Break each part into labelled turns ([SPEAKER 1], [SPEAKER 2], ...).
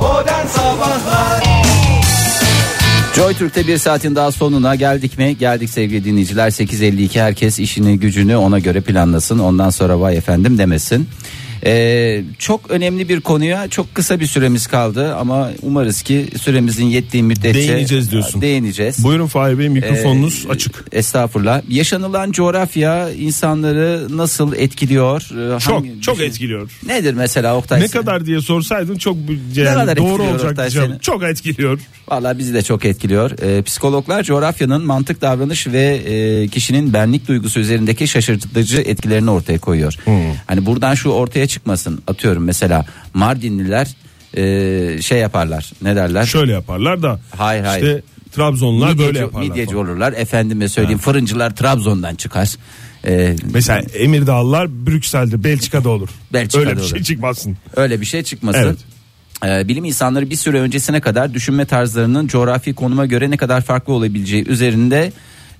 [SPEAKER 1] Modern Sabahlar
[SPEAKER 2] Joy Türk'te bir saatin daha sonuna geldik mi? Geldik sevgili dinleyiciler. 8.52 herkes işini gücünü ona göre planlasın. Ondan sonra vay efendim demesin. Ee, çok önemli bir konuya çok kısa bir süremiz kaldı ama umarız ki süremizin yettiği müddetçe
[SPEAKER 3] Değineceğiz diyorsun.
[SPEAKER 2] Değineceğiz.
[SPEAKER 3] Buyurun Fahir Bey mikrofonunuz
[SPEAKER 2] Ee,
[SPEAKER 3] açık.
[SPEAKER 2] Estağfurullah. Yaşanılan coğrafya insanları nasıl etkiliyor? Ee, hangi-
[SPEAKER 3] Çok çok
[SPEAKER 2] düşün-
[SPEAKER 3] etkiliyor.
[SPEAKER 2] Nedir mesela Oktay?
[SPEAKER 3] Ne
[SPEAKER 2] sen?
[SPEAKER 3] kadar diye sorsaydın çok bu- yani
[SPEAKER 2] kadar
[SPEAKER 3] doğru
[SPEAKER 2] etkiliyor
[SPEAKER 3] olacak
[SPEAKER 2] Oktay
[SPEAKER 3] diyeceğim.
[SPEAKER 2] seni?
[SPEAKER 3] Çok etkiliyor.
[SPEAKER 2] Valla bizi de çok etkiliyor. Ee, psikologlar coğrafyanın mantık davranış ve e, kişinin benlik duygusu üzerindeki şaşırtıcı etkilerini ortaya koyuyor.
[SPEAKER 3] Hmm.
[SPEAKER 2] Hani buradan şu ortaya çıkmasın. Atıyorum mesela Mardinliler e, şey yaparlar. Ne derler?
[SPEAKER 3] Şöyle yaparlar da.
[SPEAKER 2] Hayır, hayır.
[SPEAKER 3] İşte Trabzonlar
[SPEAKER 2] midyeci,
[SPEAKER 3] böyle yaparlar.
[SPEAKER 2] midyeci
[SPEAKER 3] falan.
[SPEAKER 2] olurlar. Efendime söyleyeyim fırıncılar Trabzon'dan çıkar. Ee,
[SPEAKER 3] Mesela Emirdağlılar Brüksel'de Belçika'da olur.
[SPEAKER 2] Belçika'da
[SPEAKER 3] Öyle bir şey
[SPEAKER 2] olur.
[SPEAKER 3] çıkmazsın.
[SPEAKER 2] öyle bir şey çıkmasın.
[SPEAKER 3] Evet.
[SPEAKER 2] Ee, bilim insanları bir süre öncesine kadar düşünme tarzlarının coğrafi konuma göre ne kadar farklı olabileceği üzerinde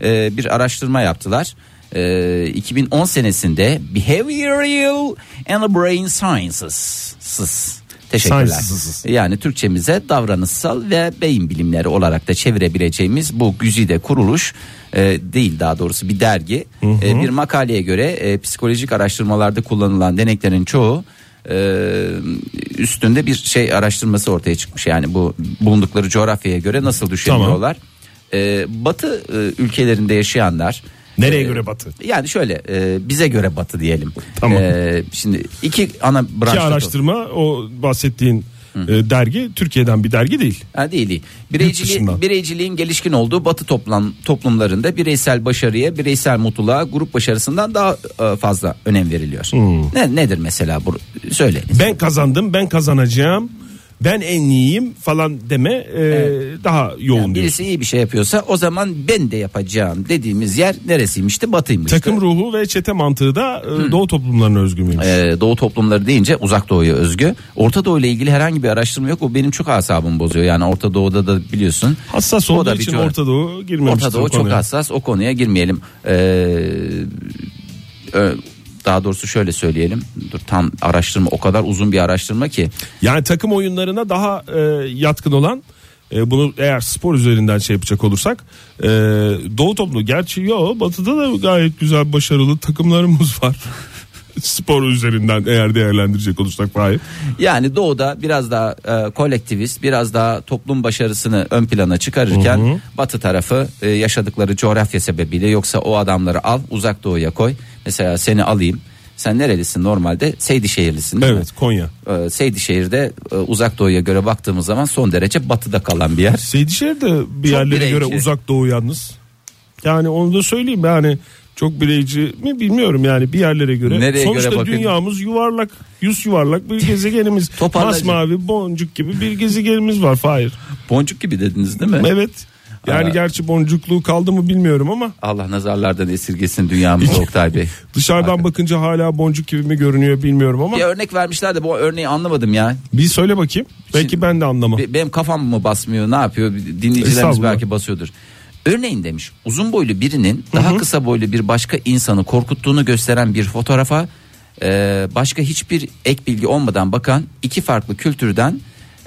[SPEAKER 2] e, bir araştırma yaptılar. Ee, 2010 senesinde Behavioral and Brain Sciences Sız. Teşekkürler.
[SPEAKER 3] Sciences.
[SPEAKER 2] Yani Türkçemize davranışsal ve beyin bilimleri olarak da çevirebileceğimiz bu güzide kuruluş e, değil daha doğrusu bir dergi. E, bir makaleye göre e, psikolojik araştırmalarda kullanılan deneklerin çoğu e, üstünde bir şey araştırması ortaya çıkmış. Yani bu bulundukları coğrafyaya göre nasıl düşünüyorlar. E, batı e, ülkelerinde yaşayanlar.
[SPEAKER 3] Nereye
[SPEAKER 2] e,
[SPEAKER 3] göre batı?
[SPEAKER 2] Yani şöyle e, bize göre batı diyelim.
[SPEAKER 3] Tamam.
[SPEAKER 2] E, şimdi iki ana branş.
[SPEAKER 3] Ki araştırma o bahsettiğin e, dergi Türkiye'den bir dergi değil.
[SPEAKER 2] Ha, değil değil.
[SPEAKER 3] Yurt
[SPEAKER 2] Bireyciliğin,
[SPEAKER 3] dışından.
[SPEAKER 2] bireyciliğin gelişkin olduğu batı toplam, toplumlarında bireysel başarıya, bireysel mutluluğa, grup başarısından daha e, fazla önem veriliyor.
[SPEAKER 3] Hmm.
[SPEAKER 2] Ne, nedir mesela bu? Söyle.
[SPEAKER 3] Ben kazandım, ben kazanacağım, ben en iyiyim falan deme e, daha yoğun
[SPEAKER 2] Yani
[SPEAKER 3] diyorsun.
[SPEAKER 2] birisi iyi bir şey yapıyorsa o zaman ben de yapacağım dediğimiz yer neresiymişti? Batıymıştı.
[SPEAKER 3] Takım ruhu ve çete mantığı da e, doğu toplumlarına özgü müymüş?
[SPEAKER 2] Ee, doğu toplumları deyince uzak doğuya özgü. Orta Doğu ile ilgili herhangi bir araştırma yok. O benim çok asabımı bozuyor. Yani Orta Doğu'da da biliyorsun.
[SPEAKER 3] Hassas
[SPEAKER 2] O
[SPEAKER 3] olduğu
[SPEAKER 2] da bir
[SPEAKER 3] için
[SPEAKER 2] coğrafya.
[SPEAKER 3] Orta Doğu girmemiştir.
[SPEAKER 2] Orta Doğu
[SPEAKER 3] bu
[SPEAKER 2] çok
[SPEAKER 3] konuya.
[SPEAKER 2] hassas o konuya girmeyelim. Ee, ö- daha doğrusu şöyle söyleyelim. Dur tam araştırma o kadar uzun bir araştırma ki.
[SPEAKER 3] Yani takım oyunlarına daha e, yatkın olan e, bunu eğer spor üzerinden şey yapacak olursak e, Doğu toplumu gerçi yo Batı'da da gayet güzel başarılı takımlarımız var. spor üzerinden eğer değerlendirecek olursak Fahir.
[SPEAKER 2] Yani doğuda biraz daha e, kolektivist, biraz daha toplum başarısını ön plana çıkarırken batı tarafı e, yaşadıkları coğrafya sebebiyle yoksa o adamları al uzak doğuya koy. Mesela seni alayım. Sen nerelisin normalde? Seydişehirlisin değil
[SPEAKER 3] Evet
[SPEAKER 2] mi?
[SPEAKER 3] Konya.
[SPEAKER 2] Ee, Seydişehir'de e, uzak doğuya göre baktığımız zaman son derece batıda kalan bir yer.
[SPEAKER 3] Seydişehir de bir
[SPEAKER 2] Çok
[SPEAKER 3] yerlere
[SPEAKER 2] bireyci.
[SPEAKER 3] göre uzak doğu yalnız. Yani onu da söyleyeyim yani çok bireyci mi bilmiyorum yani bir yerlere göre.
[SPEAKER 2] Nereye
[SPEAKER 3] Sonuçta
[SPEAKER 2] göre bakıyorsun?
[SPEAKER 3] dünyamız yuvarlak, yüz yuvarlak bir gezegenimiz.
[SPEAKER 2] Toparlayacak.
[SPEAKER 3] Masmavi boncuk gibi bir gezegenimiz var Fahir.
[SPEAKER 2] Boncuk gibi dediniz değil mi?
[SPEAKER 3] Evet. Yani
[SPEAKER 2] Aa.
[SPEAKER 3] gerçi boncukluğu kaldı mı bilmiyorum ama
[SPEAKER 2] Allah nazarlardan esirgesin dünyamızı Oktay Bey.
[SPEAKER 3] dışarıdan
[SPEAKER 2] Hakikaten.
[SPEAKER 3] bakınca hala boncuk gibi mi görünüyor bilmiyorum ama
[SPEAKER 2] Bir örnek vermişler de bu örneği anlamadım ya.
[SPEAKER 3] bir söyle bakayım.
[SPEAKER 2] şey-
[SPEAKER 3] Belki ben de anlamam.
[SPEAKER 2] Be- Benim kafam mı basmıyor ne yapıyor dinleyicilerimiz
[SPEAKER 3] Estağfurullah.
[SPEAKER 2] belki basıyordur. Örneğin demiş uzun boylu birinin daha kısa boylu bir başka insanı korkuttuğunu gösteren bir fotoğrafa e, başka hiçbir ek bilgi olmadan bakan iki farklı kültürden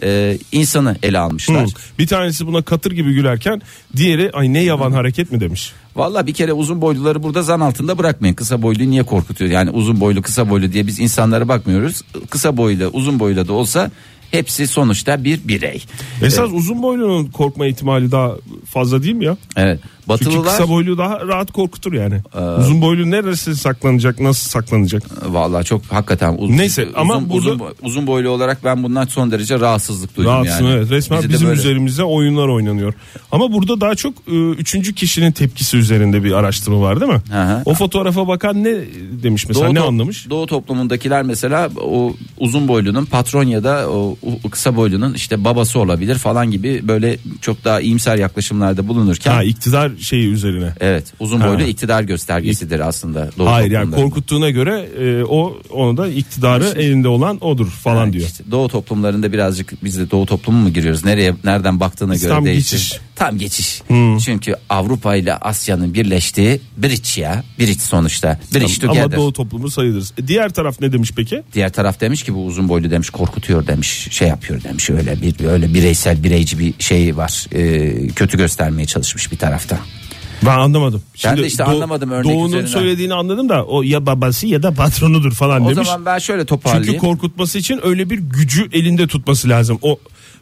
[SPEAKER 2] e, insanı ele almışlar.
[SPEAKER 3] Hı. Hmm. Bir tanesi buna katır gibi gülerken diğeri ay ne yavan hareket mi demiş.
[SPEAKER 2] Valla bir kere uzun boyluları burada zan altında bırakmayın. Kısa boyluyu niye korkutuyor? Yani uzun boylu kısa boylu diye biz insanlara bakmıyoruz. Kısa boylu uzun boylu da olsa hepsi sonuçta bir birey.
[SPEAKER 3] Esas uzun boylunun korkma ihtimali daha fazla değil mi ya?
[SPEAKER 2] Evet.
[SPEAKER 3] Çünkü
[SPEAKER 2] Batılılar
[SPEAKER 3] kısa boylu daha rahat korkutur yani.
[SPEAKER 2] Ee,
[SPEAKER 3] Uzun boylu neresi saklanacak, nasıl saklanacak?
[SPEAKER 2] valla çok hakikaten uz-
[SPEAKER 3] Neyse,
[SPEAKER 2] uzun,
[SPEAKER 3] ama burada-
[SPEAKER 2] uzun, boy- uzun boylu olarak ben bundan son derece rahatsızlık duydum
[SPEAKER 3] Rahatsın
[SPEAKER 2] yani.
[SPEAKER 3] evet. Resmen
[SPEAKER 2] Bizi de
[SPEAKER 3] bizim
[SPEAKER 2] böyle-
[SPEAKER 3] üzerimize oyunlar oynanıyor. Ama burada daha çok e, üçüncü kişinin tepkisi üzerinde bir araştırma var değil mi?
[SPEAKER 2] Hı hı.
[SPEAKER 3] O fotoğrafa bakan ne demiş mesela ne
[SPEAKER 2] top-
[SPEAKER 3] anlamış?
[SPEAKER 2] Doğu toplumundakiler mesela o uzun boylunun patron ya da o, o kısa boylunun işte babası olabilir falan gibi böyle çok daha iyimser yaklaşımlarda bulunurken
[SPEAKER 3] Ha iktidar şeyi üzerine.
[SPEAKER 2] Evet uzun
[SPEAKER 3] Ha.
[SPEAKER 2] boylu iktidar göstergesidir aslında. Doğu
[SPEAKER 3] Hayır yani
[SPEAKER 2] toplumlarında.
[SPEAKER 3] korkuttuğuna göre e, o onu da iktidarı elinde olan odur falan
[SPEAKER 2] Yani
[SPEAKER 3] diyor.
[SPEAKER 2] işte doğu toplumlarında birazcık biz de doğu toplumu mu giriyoruz? Nereye nereden baktığına
[SPEAKER 3] İslam
[SPEAKER 2] göre değişir.
[SPEAKER 3] geçiş.
[SPEAKER 2] Tam geçiş. Çünkü Avrupa ile Asya'nın birleştiği bridge ya. Bridge sonuçta. Bridge
[SPEAKER 3] Ama
[SPEAKER 2] together.
[SPEAKER 3] doğu toplumu sayılırız. E, diğer taraf ne demiş peki?
[SPEAKER 2] Diğer taraf demiş ki bu uzun boylu demiş korkutuyor demiş şey yapıyor demiş öyle bir öyle bireysel bireyci bir şey var Ee, kötü göstermeye çalışmış bir tarafta.
[SPEAKER 3] Ben anlamadım.
[SPEAKER 2] Ben de işte anlamadım örnek
[SPEAKER 3] Doğu'nun
[SPEAKER 2] üzerinden.
[SPEAKER 3] söylediğini anladım da o ya babası ya da patronudur falan
[SPEAKER 2] O
[SPEAKER 3] demiş.
[SPEAKER 2] zaman ben şöyle
[SPEAKER 3] Çünkü
[SPEAKER 2] toparlayayım.
[SPEAKER 3] korkutması için öyle bir gücü elinde tutması lazım. O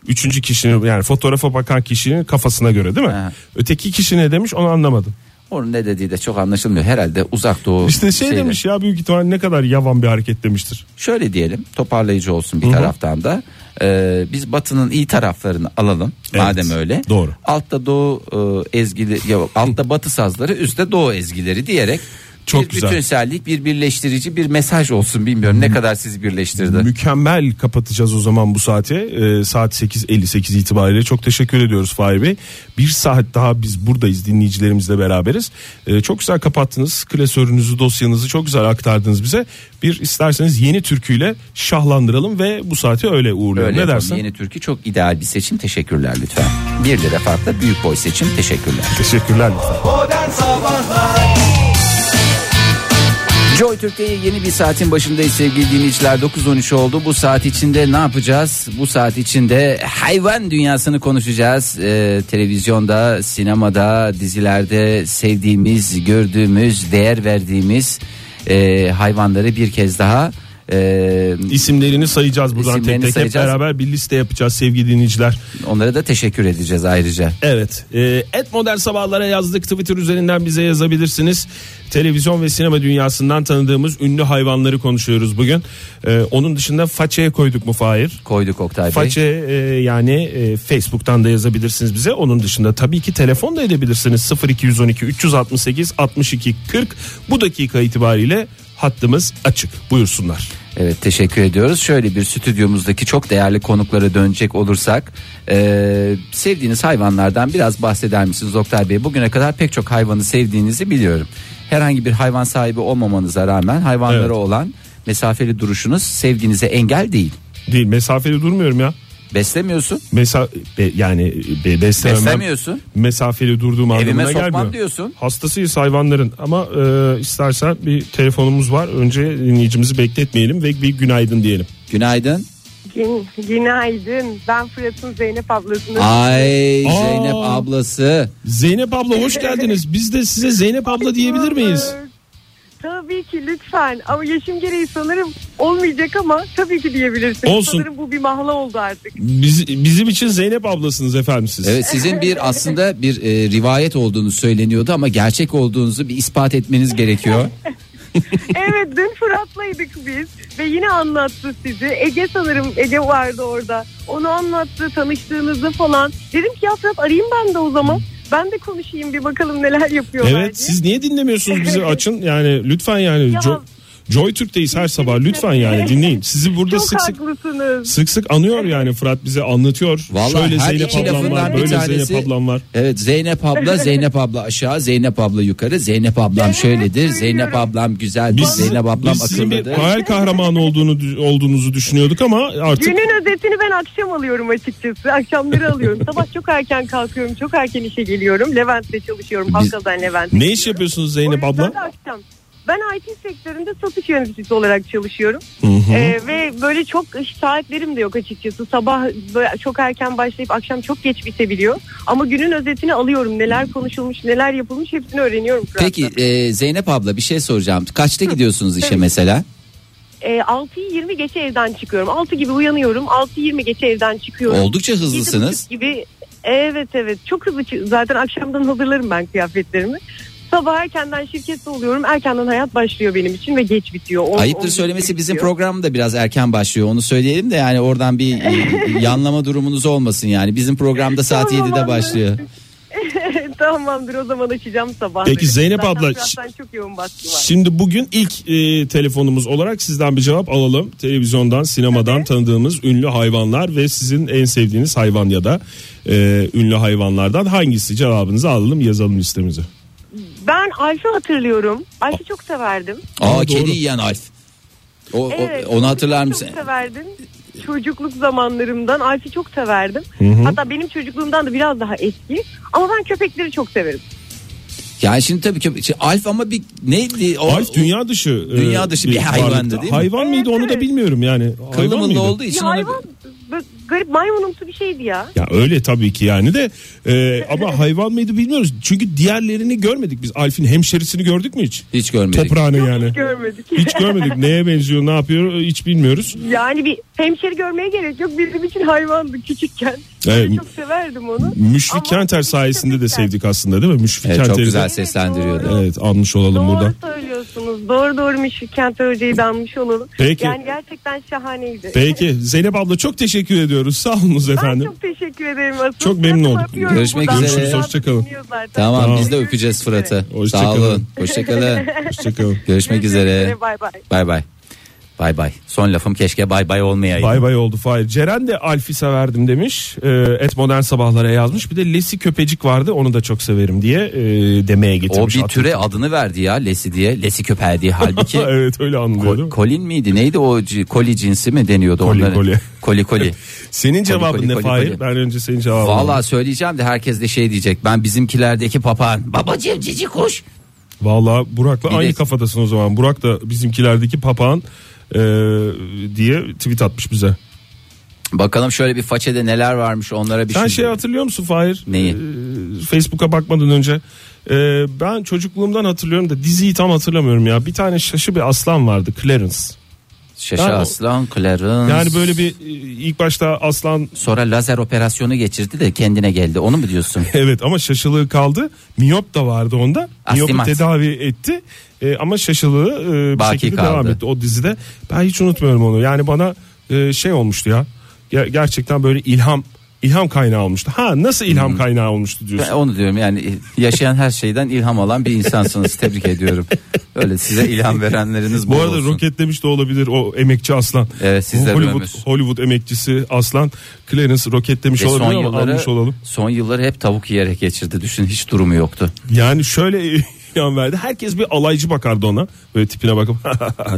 [SPEAKER 3] üçüncü kişinin yani fotoğrafa bakan kişinin kafasına göre değil mi?
[SPEAKER 2] He.
[SPEAKER 3] Öteki kişi ne demiş onu anlamadım.
[SPEAKER 2] Onun ne dediği de çok anlaşılmıyor herhalde uzak doğu.
[SPEAKER 3] İşte şey
[SPEAKER 2] şeyleri-
[SPEAKER 3] demiş ya büyük ihtimal ne kadar yavan bir hareket demiştir.
[SPEAKER 2] Şöyle diyelim toparlayıcı olsun bir taraftan da Ee, biz batının iyi taraflarını alalım
[SPEAKER 3] Evet,
[SPEAKER 2] madem öyle.
[SPEAKER 3] doğru.
[SPEAKER 2] Altta doğu e, ezgili ya, altta batı sazları üstte doğu ezgileri diyerek
[SPEAKER 3] Çok
[SPEAKER 2] bir
[SPEAKER 3] güzel.
[SPEAKER 2] bütünsellik bir birleştirici bir mesaj olsun bilmiyorum ne kadar sizi birleştirdi.
[SPEAKER 3] Mükemmel kapatacağız o zaman bu saati. Ee, saat 8.58 itibariyle çok teşekkür ediyoruz Fahri Bey. Bir saat daha biz buradayız dinleyicilerimizle beraberiz. Ee, çok güzel kapattınız. Klasörünüzü, dosyanızı çok güzel aktardınız bize. Bir isterseniz yeni türküyle şahlandıralım ve bu saati öyle uğurlayalım.
[SPEAKER 2] Öyle
[SPEAKER 3] ne
[SPEAKER 2] yapalım.
[SPEAKER 3] dersin?
[SPEAKER 2] Yeni türkü çok ideal bir seçim. Teşekkürler lütfen. 1 lira farkla büyük boy seçim. Teşekkürler.
[SPEAKER 3] Teşekkürler lütfen.
[SPEAKER 1] Modern Sabahlar
[SPEAKER 2] Joy Türkiye'ye yeni bir saatin başındayız sevgili dinleyiciler. 9.13 oldu. Bu saat içinde ne yapacağız? Bu saat içinde hayvan dünyasını konuşacağız. Ee, televizyonda, sinemada, dizilerde sevdiğimiz, gördüğümüz, değer verdiğimiz e, hayvanları bir kez daha e,
[SPEAKER 3] İsimlerini sayacağız buradan
[SPEAKER 2] İsimlerini
[SPEAKER 3] tek tek.
[SPEAKER 2] sayacağız.
[SPEAKER 3] Hep beraber bir liste yapacağız sevgili dinleyiciler.
[SPEAKER 2] onlara da teşekkür edeceğiz ayrıca.
[SPEAKER 3] Evet. e, Et Modern Sabahlara yazdık. Twitter üzerinden bize yazabilirsiniz. Televizyon ve sinema dünyasından tanıdığımız ünlü hayvanları konuşuyoruz bugün. E, onun dışında façeye koyduk mu Fahir?
[SPEAKER 2] Koyduk Oktay Bey.
[SPEAKER 3] Façe e, yani e, Facebook'tan da yazabilirsiniz bize. Onun dışında tabii ki telefon da edebilirsiniz. 0212 368 62 40 bu dakika itibariyle hattımız açık. Buyursunlar.
[SPEAKER 2] Evet teşekkür ediyoruz. Şöyle bir stüdyomuzdaki çok değerli konuklara dönecek olursak eee, sevdiğiniz hayvanlardan biraz bahseder misiniz Oktay Bey? Bugüne kadar pek çok hayvanı sevdiğinizi biliyorum. Herhangi bir hayvan sahibi olmamanıza rağmen hayvanlara
[SPEAKER 3] Evet.
[SPEAKER 2] olan mesafeli duruşunuz sevginize engel değil.
[SPEAKER 3] Değil mesafeli durmuyorum ya.
[SPEAKER 2] Beslemiyorsun,
[SPEAKER 3] Mesa be- yani e, be, beslememem-
[SPEAKER 2] beslemiyorsun.
[SPEAKER 3] mesafeli durduğum anlamına
[SPEAKER 2] Evime sokmam
[SPEAKER 3] gelmiyor.
[SPEAKER 2] diyorsun.
[SPEAKER 3] Hastasıyız hayvanların ama e, istersen bir telefonumuz var. Önce dinleyicimizi bekletmeyelim ve bir günaydın diyelim.
[SPEAKER 2] Günaydın.
[SPEAKER 4] Gün, günaydın. Ben Fırat'ın Zeynep ablasının.
[SPEAKER 2] Ay
[SPEAKER 3] Aa.
[SPEAKER 2] Zeynep ablası.
[SPEAKER 3] Zeynep abla hoş geldiniz. Biz de size Zeynep abla diyebilir miyiz?
[SPEAKER 4] Tabii ki lütfen. Ama yaşım gereği sanırım olmayacak ama tabii ki diyebilirsin.
[SPEAKER 3] Olsun.
[SPEAKER 4] Sanırım bu bir mahla oldu artık.
[SPEAKER 3] Biz, bizim için Zeynep ablasınız efendim siz.
[SPEAKER 2] Evet sizin bir aslında bir eee, rivayet olduğunu söyleniyordu ama gerçek olduğunuzu bir ispat etmeniz gerekiyor.
[SPEAKER 4] evet dün Fırat'laydık biz ve yine anlattı sizi. Ege sanırım Ege vardı orada. Onu anlattı tanıştığınızı falan. Dedim ki ya Fırat arayayım ben de o zaman. Ben de konuşayım bir bakalım neler yapıyorlar
[SPEAKER 3] Evet
[SPEAKER 4] diye.
[SPEAKER 3] siz niye dinlemiyorsunuz bizi açın yani lütfen yani
[SPEAKER 4] Ya.
[SPEAKER 3] Jo- Joy Türk'teyiz her sabah lütfen yani dinleyin. Sizi burada
[SPEAKER 4] Çok
[SPEAKER 3] sık sık
[SPEAKER 4] haklısınız.
[SPEAKER 3] sık sık anıyor yani Fırat bize anlatıyor.
[SPEAKER 2] Vallahi
[SPEAKER 3] Şöyle
[SPEAKER 2] her
[SPEAKER 3] Zeynep
[SPEAKER 2] iki
[SPEAKER 3] ablam var,
[SPEAKER 2] lafından bir
[SPEAKER 3] böyle
[SPEAKER 2] tanesi-
[SPEAKER 3] Zeynep ablam var.
[SPEAKER 2] Evet Zeynep abla Zeynep abla aşağı Zeynep abla yukarı Zeynep ablam
[SPEAKER 4] Evet,
[SPEAKER 2] şöyledir
[SPEAKER 4] duyuyorum.
[SPEAKER 2] Zeynep ablam güzeldir
[SPEAKER 3] Biz,
[SPEAKER 2] Zeynep ablam
[SPEAKER 3] biz sizin bir
[SPEAKER 2] akıllıdır.
[SPEAKER 3] hayal kahramanı olduğunu olduğunuzu düşünüyorduk ama artık
[SPEAKER 4] Günün özetini ben akşam alıyorum açıkçası. Akşamları alıyorum. Sabah çok erken kalkıyorum. Çok erken işe geliyorum. Levent'te çalışıyorum. Halkadan Levent'te.
[SPEAKER 3] ne iş yapıyorsunuz
[SPEAKER 4] O
[SPEAKER 3] Zeynep
[SPEAKER 4] yüzden
[SPEAKER 3] abla?
[SPEAKER 4] de akşam. Ben IT sektöründe satış yöneticisi olarak çalışıyorum. Ee, ve böyle çok iş saatlerim de yok açıkçası. Sabah böyle çok erken başlayıp akşam çok geç bitebiliyor. Ama günün özetini alıyorum. Neler konuşulmuş, neler yapılmış hepsini öğreniyorum. Fırat'ta.
[SPEAKER 2] Peki e, Zeynep abla bir şey soracağım. Kaçta gidiyorsunuz işe
[SPEAKER 4] tabii.
[SPEAKER 2] mesela?
[SPEAKER 4] Ee, 6'yı 20 geçe evden çıkıyorum. 6 gibi uyanıyorum. 6'yı 20 geçe evden çıkıyorum.
[SPEAKER 2] Oldukça hızlısınız.
[SPEAKER 4] 7.30 gibi evet evet çok hızlı çı- zaten akşamdan hazırlarım ben kıyafetlerimi. Sabah erkenden şirkette oluyorum. Erkenden hayat başlıyor benim için ve geç bitiyor. On- on
[SPEAKER 2] Ayıptır
[SPEAKER 4] gibi
[SPEAKER 2] söylemesi bizim
[SPEAKER 4] bitiyor.
[SPEAKER 2] program da biraz erken başlıyor onu söyleyelim de yani oradan bir e, yanlama durumunuz olmasın yani. Bizim programda saat
[SPEAKER 4] Tamam,
[SPEAKER 2] 7'de
[SPEAKER 4] anladım.
[SPEAKER 2] başlıyor.
[SPEAKER 4] E, Tamamdır o zaman açacağım sabah.
[SPEAKER 3] Peki, Zeynep
[SPEAKER 4] Zaten
[SPEAKER 3] abla,
[SPEAKER 4] birazdan çok yoğun baskı var.
[SPEAKER 3] Şimdi bugün ilk e, telefonumuz olarak sizden bir cevap alalım. Televizyondan, sinemadan tanıdığımız ünlü hayvanlar ve sizin en sevdiğiniz hayvan ya da e, ünlü hayvanlardan hangisi cevabınızı alalım yazalım listemize.
[SPEAKER 4] Ben Alf'ı hatırlıyorum. Alf'ı çok severdim.
[SPEAKER 2] Aa
[SPEAKER 3] Aa,
[SPEAKER 2] kedi
[SPEAKER 3] doğru.
[SPEAKER 2] yiyen Alf. O, o-
[SPEAKER 4] Evet,
[SPEAKER 2] onu hatırlar
[SPEAKER 4] çok
[SPEAKER 2] mısın?
[SPEAKER 4] severdim. çocukluk zamanlarımdan Alf'i çok severdim. Hatta benim çocukluğumdan da biraz daha eski. Ama ben köpekleri çok severim.
[SPEAKER 2] Yani şimdi tabii ki şimdi Alf ama bir neydi? O,
[SPEAKER 3] Alf dünya dışı. e,
[SPEAKER 2] Dünya dışı bir hayvandı
[SPEAKER 3] varlıktı.
[SPEAKER 2] değil mi?
[SPEAKER 3] Hayvan mıydı onu da bilmiyorum yani. Hayvan
[SPEAKER 2] kılımında
[SPEAKER 3] mıydı?
[SPEAKER 2] olduğu
[SPEAKER 4] Bir
[SPEAKER 2] için ona-
[SPEAKER 4] hayvan böyle garip maymunumsu bir şeydi ya.
[SPEAKER 3] Ya öyle tabii ki yani de e, ama hayvan mıydı bilmiyoruz. Çünkü diğerlerini görmedik biz. Alf'in hemşerisini gördük mü hiç?
[SPEAKER 2] hiç görmedik.
[SPEAKER 3] Toprağını yani.
[SPEAKER 4] Görmedik.
[SPEAKER 3] Hiç görmedik. Neye benziyor, ne yapıyor hiç bilmiyoruz.
[SPEAKER 4] Yani bir hemşeri görmeye gerek yok. Bizim için hayvandı küçükken.
[SPEAKER 3] Evet.
[SPEAKER 4] Ben çok severdim onu.
[SPEAKER 3] Müşfik
[SPEAKER 4] Ama
[SPEAKER 3] Kenter sayesinde de
[SPEAKER 4] köpekler-
[SPEAKER 3] sevdik aslında değil mi? Müşfik
[SPEAKER 2] Evet, çok
[SPEAKER 3] Kenter'i de-
[SPEAKER 2] güzel seslendiriyordu.
[SPEAKER 3] Evet anmış olalım
[SPEAKER 4] Doğru
[SPEAKER 3] burada.
[SPEAKER 4] söylüyorsunuz. Doğru doğru Müşfik Kenter Hoca'yı danmış olalım.
[SPEAKER 3] Peki.
[SPEAKER 4] Yani gerçekten şahaneydi.
[SPEAKER 3] Peki Zeynep abla çok teşekkür ediyoruz. Sağ olunuz
[SPEAKER 4] Ben
[SPEAKER 3] efendim.
[SPEAKER 4] çok teşekkür ederim. Asıl
[SPEAKER 3] Çok memnun oldum.
[SPEAKER 4] Öpüyorum
[SPEAKER 2] Görüşmek
[SPEAKER 4] buradan.
[SPEAKER 2] üzere. Görüşürüz,
[SPEAKER 3] hoşçakalın.
[SPEAKER 4] Dinliyor zaten.
[SPEAKER 2] Tamam,
[SPEAKER 3] Tamam.
[SPEAKER 2] biz de öpeceğiz Fırat'ı.
[SPEAKER 3] Hoşça
[SPEAKER 2] Sağ
[SPEAKER 3] kalın.
[SPEAKER 2] olun. Hoşçakalın.
[SPEAKER 3] Hoşçakalın.
[SPEAKER 2] Görüşmek üzere.
[SPEAKER 4] Bay bay.
[SPEAKER 2] Bay bay. Bay bay. Son lafım keşke bay bay olmayaydı.
[SPEAKER 3] Bay bay oldu Fahir. Ceren de Alf'i severdim demiş. Ee, Et Modern Sabahlara yazmış. Bir de Lesi Köpecik vardı onu da çok severim diye e, demeye
[SPEAKER 2] O
[SPEAKER 3] getirmiş.
[SPEAKER 2] bir
[SPEAKER 3] Atatürk.
[SPEAKER 2] türe adını verdi ya Lesi diye. Lesi köpeği diye. Halbuki
[SPEAKER 3] evet öyle anlıyor değil
[SPEAKER 2] ko-
[SPEAKER 3] mi?
[SPEAKER 2] kolin miydi? Neydi o c- koli cinsi mi deniyordu
[SPEAKER 3] Koli,
[SPEAKER 2] onların?
[SPEAKER 3] koli.
[SPEAKER 2] Koli koli.
[SPEAKER 3] Senin cevabın
[SPEAKER 2] koli,
[SPEAKER 3] ne
[SPEAKER 2] koli,
[SPEAKER 3] Fahir?
[SPEAKER 2] koli.
[SPEAKER 3] Ben önce senin cevabını.
[SPEAKER 2] Valla söyleyeceğim de herkes de şey diyecek. Ben bizimkilerdeki papağan. Babacığım cici kuş.
[SPEAKER 3] Valla Burak'la
[SPEAKER 2] Bir
[SPEAKER 3] aynı
[SPEAKER 2] de-
[SPEAKER 3] kafadasın o zaman. Burak da bizimkilerdeki papağan e, diye tweet atmış bize.
[SPEAKER 2] Bakalım şöyle bir façede neler varmış onlara bir
[SPEAKER 3] Sen
[SPEAKER 2] şey.
[SPEAKER 3] şey hatırlıyor musun Fahir?
[SPEAKER 2] Neyi?
[SPEAKER 3] Ee, Facebook'a bakmadan önce. Ee, ben çocukluğumdan hatırlıyorum da diziyi tam hatırlamıyorum ya. Bir tane şaşı bir aslan vardı Clarence.
[SPEAKER 2] Şaşı
[SPEAKER 3] Yani o-
[SPEAKER 2] aslan, Clarence.
[SPEAKER 3] Yani böyle bir e, ilk başta aslan
[SPEAKER 2] Sonra lazer operasyonu geçirdi de kendine geldi. Onu mu diyorsun?
[SPEAKER 3] evet ama şaşılığı kaldı. Miyop da vardı onda. Miyop'u
[SPEAKER 2] Astigmat.
[SPEAKER 3] tedavi etti. E, ama şaşılığı e, bir
[SPEAKER 2] Baki
[SPEAKER 3] şekilde
[SPEAKER 2] kaldı.
[SPEAKER 3] devam etti o dizide. Ben hiç unutmuyorum onu. Yani bana e, şey olmuştu ya. Ger- gerçekten böyle ilham ilham kaynağı olmuştu. Ha nasıl ilham kaynağı olmuştu diyorsun.
[SPEAKER 2] Ben onu diyorum yani yaşayan her şeyden ilham alan bir insansınız. Tebrik ediyorum. Öyle size ilham verenleriniz
[SPEAKER 3] Bu
[SPEAKER 2] bol
[SPEAKER 3] arada
[SPEAKER 2] olsun.
[SPEAKER 3] roketlemiş de olabilir o emekçi aslan.
[SPEAKER 2] Evet, siz de
[SPEAKER 3] Hollywood,
[SPEAKER 2] bilmiyorsunuz.
[SPEAKER 3] Hollywood emekçisi aslan Clarence roketlemiş
[SPEAKER 2] Ve son
[SPEAKER 3] olabilir ama almış
[SPEAKER 2] yılları,
[SPEAKER 3] olalım.
[SPEAKER 2] son yılları hep tavuk yiyerek geçirdi. Düşün hiç durumu yoktu.
[SPEAKER 3] Yani şöyle yan verdi. Herkes bir alaycı bakardı ona. Böyle tipine bakıp.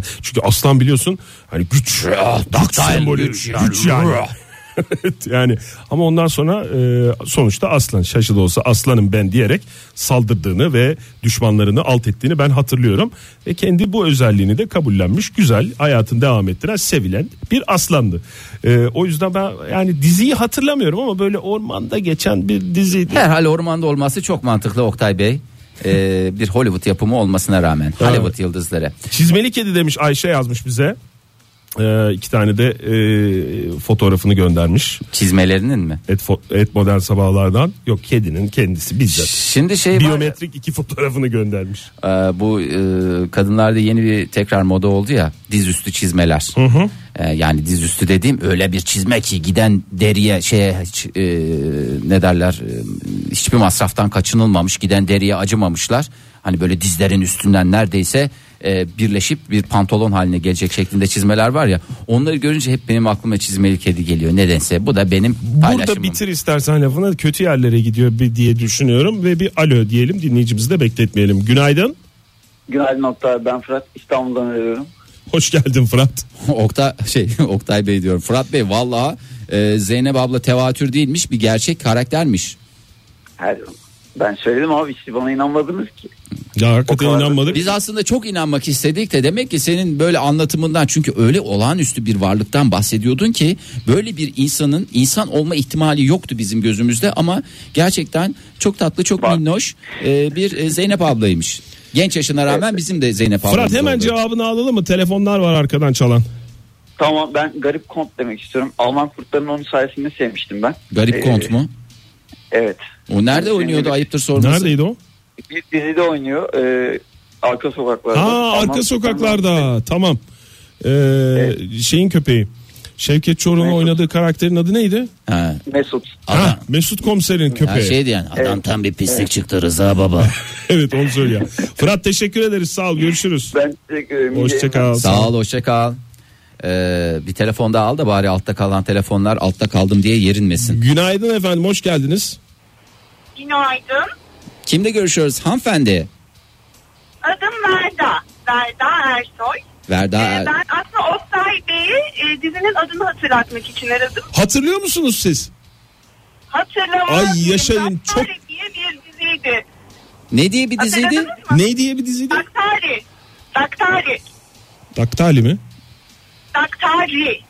[SPEAKER 3] Çünkü aslan biliyorsun hani güç, güç sembolü, güç yani. Evet, yani ama ondan sonra e, sonuçta aslan şaşı da olsa aslanım ben diyerek saldırdığını ve düşmanlarını alt ettiğini ben hatırlıyorum. Ve kendi bu özelliğini de kabullenmiş güzel hayatını devam ettiren sevilen bir aslandı. E, o yüzden ben yani diziyi hatırlamıyorum ama böyle ormanda geçen bir diziydi.
[SPEAKER 2] Herhal ormanda olması çok mantıklı Oktay Bey. Ee, bir Hollywood yapımı olmasına rağmen. Hollywood yıldızları.
[SPEAKER 3] Çizmeli kedi demiş Ayşe yazmış bize. E, iki tane de e, fotoğrafını göndermiş.
[SPEAKER 2] Çizmelerinin mi?
[SPEAKER 3] Et, fo- et modern sabahlardan. Yok kedinin kendisi bizzat.
[SPEAKER 2] Şimdi şey var-
[SPEAKER 3] Biyometrik iki fotoğrafını göndermiş.
[SPEAKER 2] Ee, bu e, kadınlarda yeni bir tekrar moda oldu ya dizüstü çizmeler. Ee, yani dizüstü dediğim öyle bir çizme ki giden deriye şeye hiç, e, ne derler e, hiçbir masraftan kaçınılmamış giden deriye acımamışlar. Hani böyle dizlerin üstünden neredeyse e, birleşip bir pantolon haline gelecek şeklinde çizmeler var ya. Onları görünce hep benim aklıma çizmeli kedi geliyor nedense. Bu da benim
[SPEAKER 3] Burada
[SPEAKER 2] paylaşımım.
[SPEAKER 3] bitir istersen lafını kötü yerlere gidiyor bir diye düşünüyorum ve bir alo diyelim dinleyicimizi de bekletmeyelim. Günaydın.
[SPEAKER 1] Günaydın Oktay ben Fırat İstanbul'dan arıyorum.
[SPEAKER 3] Hoş geldin Fırat.
[SPEAKER 2] Oktay şey Oktay Bey diyorum. Fırat Bey vallahi e, Zeynep abla tevatür değilmiş bir gerçek karaktermiş.
[SPEAKER 1] Her, ben söyledim abi işte bana inanmadınız ki.
[SPEAKER 3] Ya hakikaten
[SPEAKER 1] O kadar da-
[SPEAKER 3] inanmadık.
[SPEAKER 2] Biz aslında çok inanmak istedik de demek ki senin böyle anlatımından çünkü öyle olağanüstü bir varlıktan bahsediyordun ki böyle bir insanın insan olma ihtimali yoktu bizim gözümüzde ama gerçekten çok tatlı çok
[SPEAKER 1] Bak.
[SPEAKER 2] minnoş e, bir e, Zeynep ablaymış. Genç yaşına rağmen bizim de Zeynep ablamız
[SPEAKER 3] Fırat hemen
[SPEAKER 2] oldu.
[SPEAKER 3] cevabını alalım mı? Telefonlar var arkadan çalan.
[SPEAKER 1] Tamam ben garip kont demek istiyorum. Alman kurtlarının onun sayesinde sevmiştim ben.
[SPEAKER 2] Garip
[SPEAKER 1] Ee,
[SPEAKER 2] kont mu?
[SPEAKER 1] Evet.
[SPEAKER 2] O nerede
[SPEAKER 1] Şimdi
[SPEAKER 2] oynuyordu
[SPEAKER 1] bir-
[SPEAKER 2] ayıptır sorması.
[SPEAKER 3] Neredeydi o?
[SPEAKER 1] Bir dizide oynuyor. e, arka sokaklarda.
[SPEAKER 3] Ha
[SPEAKER 1] Alman
[SPEAKER 3] arka
[SPEAKER 1] kurtlarının-
[SPEAKER 3] sokaklarda tamam. Ee, şeyin köpeği. Şevket Çorum'un
[SPEAKER 1] Mesut.
[SPEAKER 3] oynadığı karakterin adı neydi?
[SPEAKER 2] Ha,
[SPEAKER 1] Mesut.
[SPEAKER 3] Ha,
[SPEAKER 2] adam.
[SPEAKER 3] Mesut Komiser'in
[SPEAKER 2] Her
[SPEAKER 3] köpeği.
[SPEAKER 2] şey diyen adam
[SPEAKER 1] Evet.
[SPEAKER 2] tam bir pislik çıktı Rıza baba.
[SPEAKER 3] Evet onu söylüyor. Fırat teşekkür ederiz sağ ol görüşürüz.
[SPEAKER 1] Ben e, teşekkür ederim.
[SPEAKER 3] Hoşça kal.
[SPEAKER 2] Sağ ol hoşça kal. Ee, bir telefon daha al da bari altta kalan telefonlar altta kaldım diye yerinmesin.
[SPEAKER 3] Günaydın efendim hoş geldiniz.
[SPEAKER 5] Günaydın.
[SPEAKER 2] Kimle görüşüyoruz hanımefendi?
[SPEAKER 5] Adım Verda. Verda Ersoy.
[SPEAKER 2] Verda Er-
[SPEAKER 5] Ee, ben aslında Oktay Bey'i e, dizinin adını hatırlatmak için aradım.
[SPEAKER 3] Hatırlıyor musunuz siz?
[SPEAKER 5] Hatırlamıyorum.
[SPEAKER 3] Ay yaşayın,
[SPEAKER 5] Aktari diye bir diziydi.
[SPEAKER 2] ne diye bir diziydi?
[SPEAKER 5] Hatırladınız mı?
[SPEAKER 3] Ne diye bir diziydi?
[SPEAKER 5] Daktari. Daktari.
[SPEAKER 3] Daktali mi?
[SPEAKER 5] Daktari.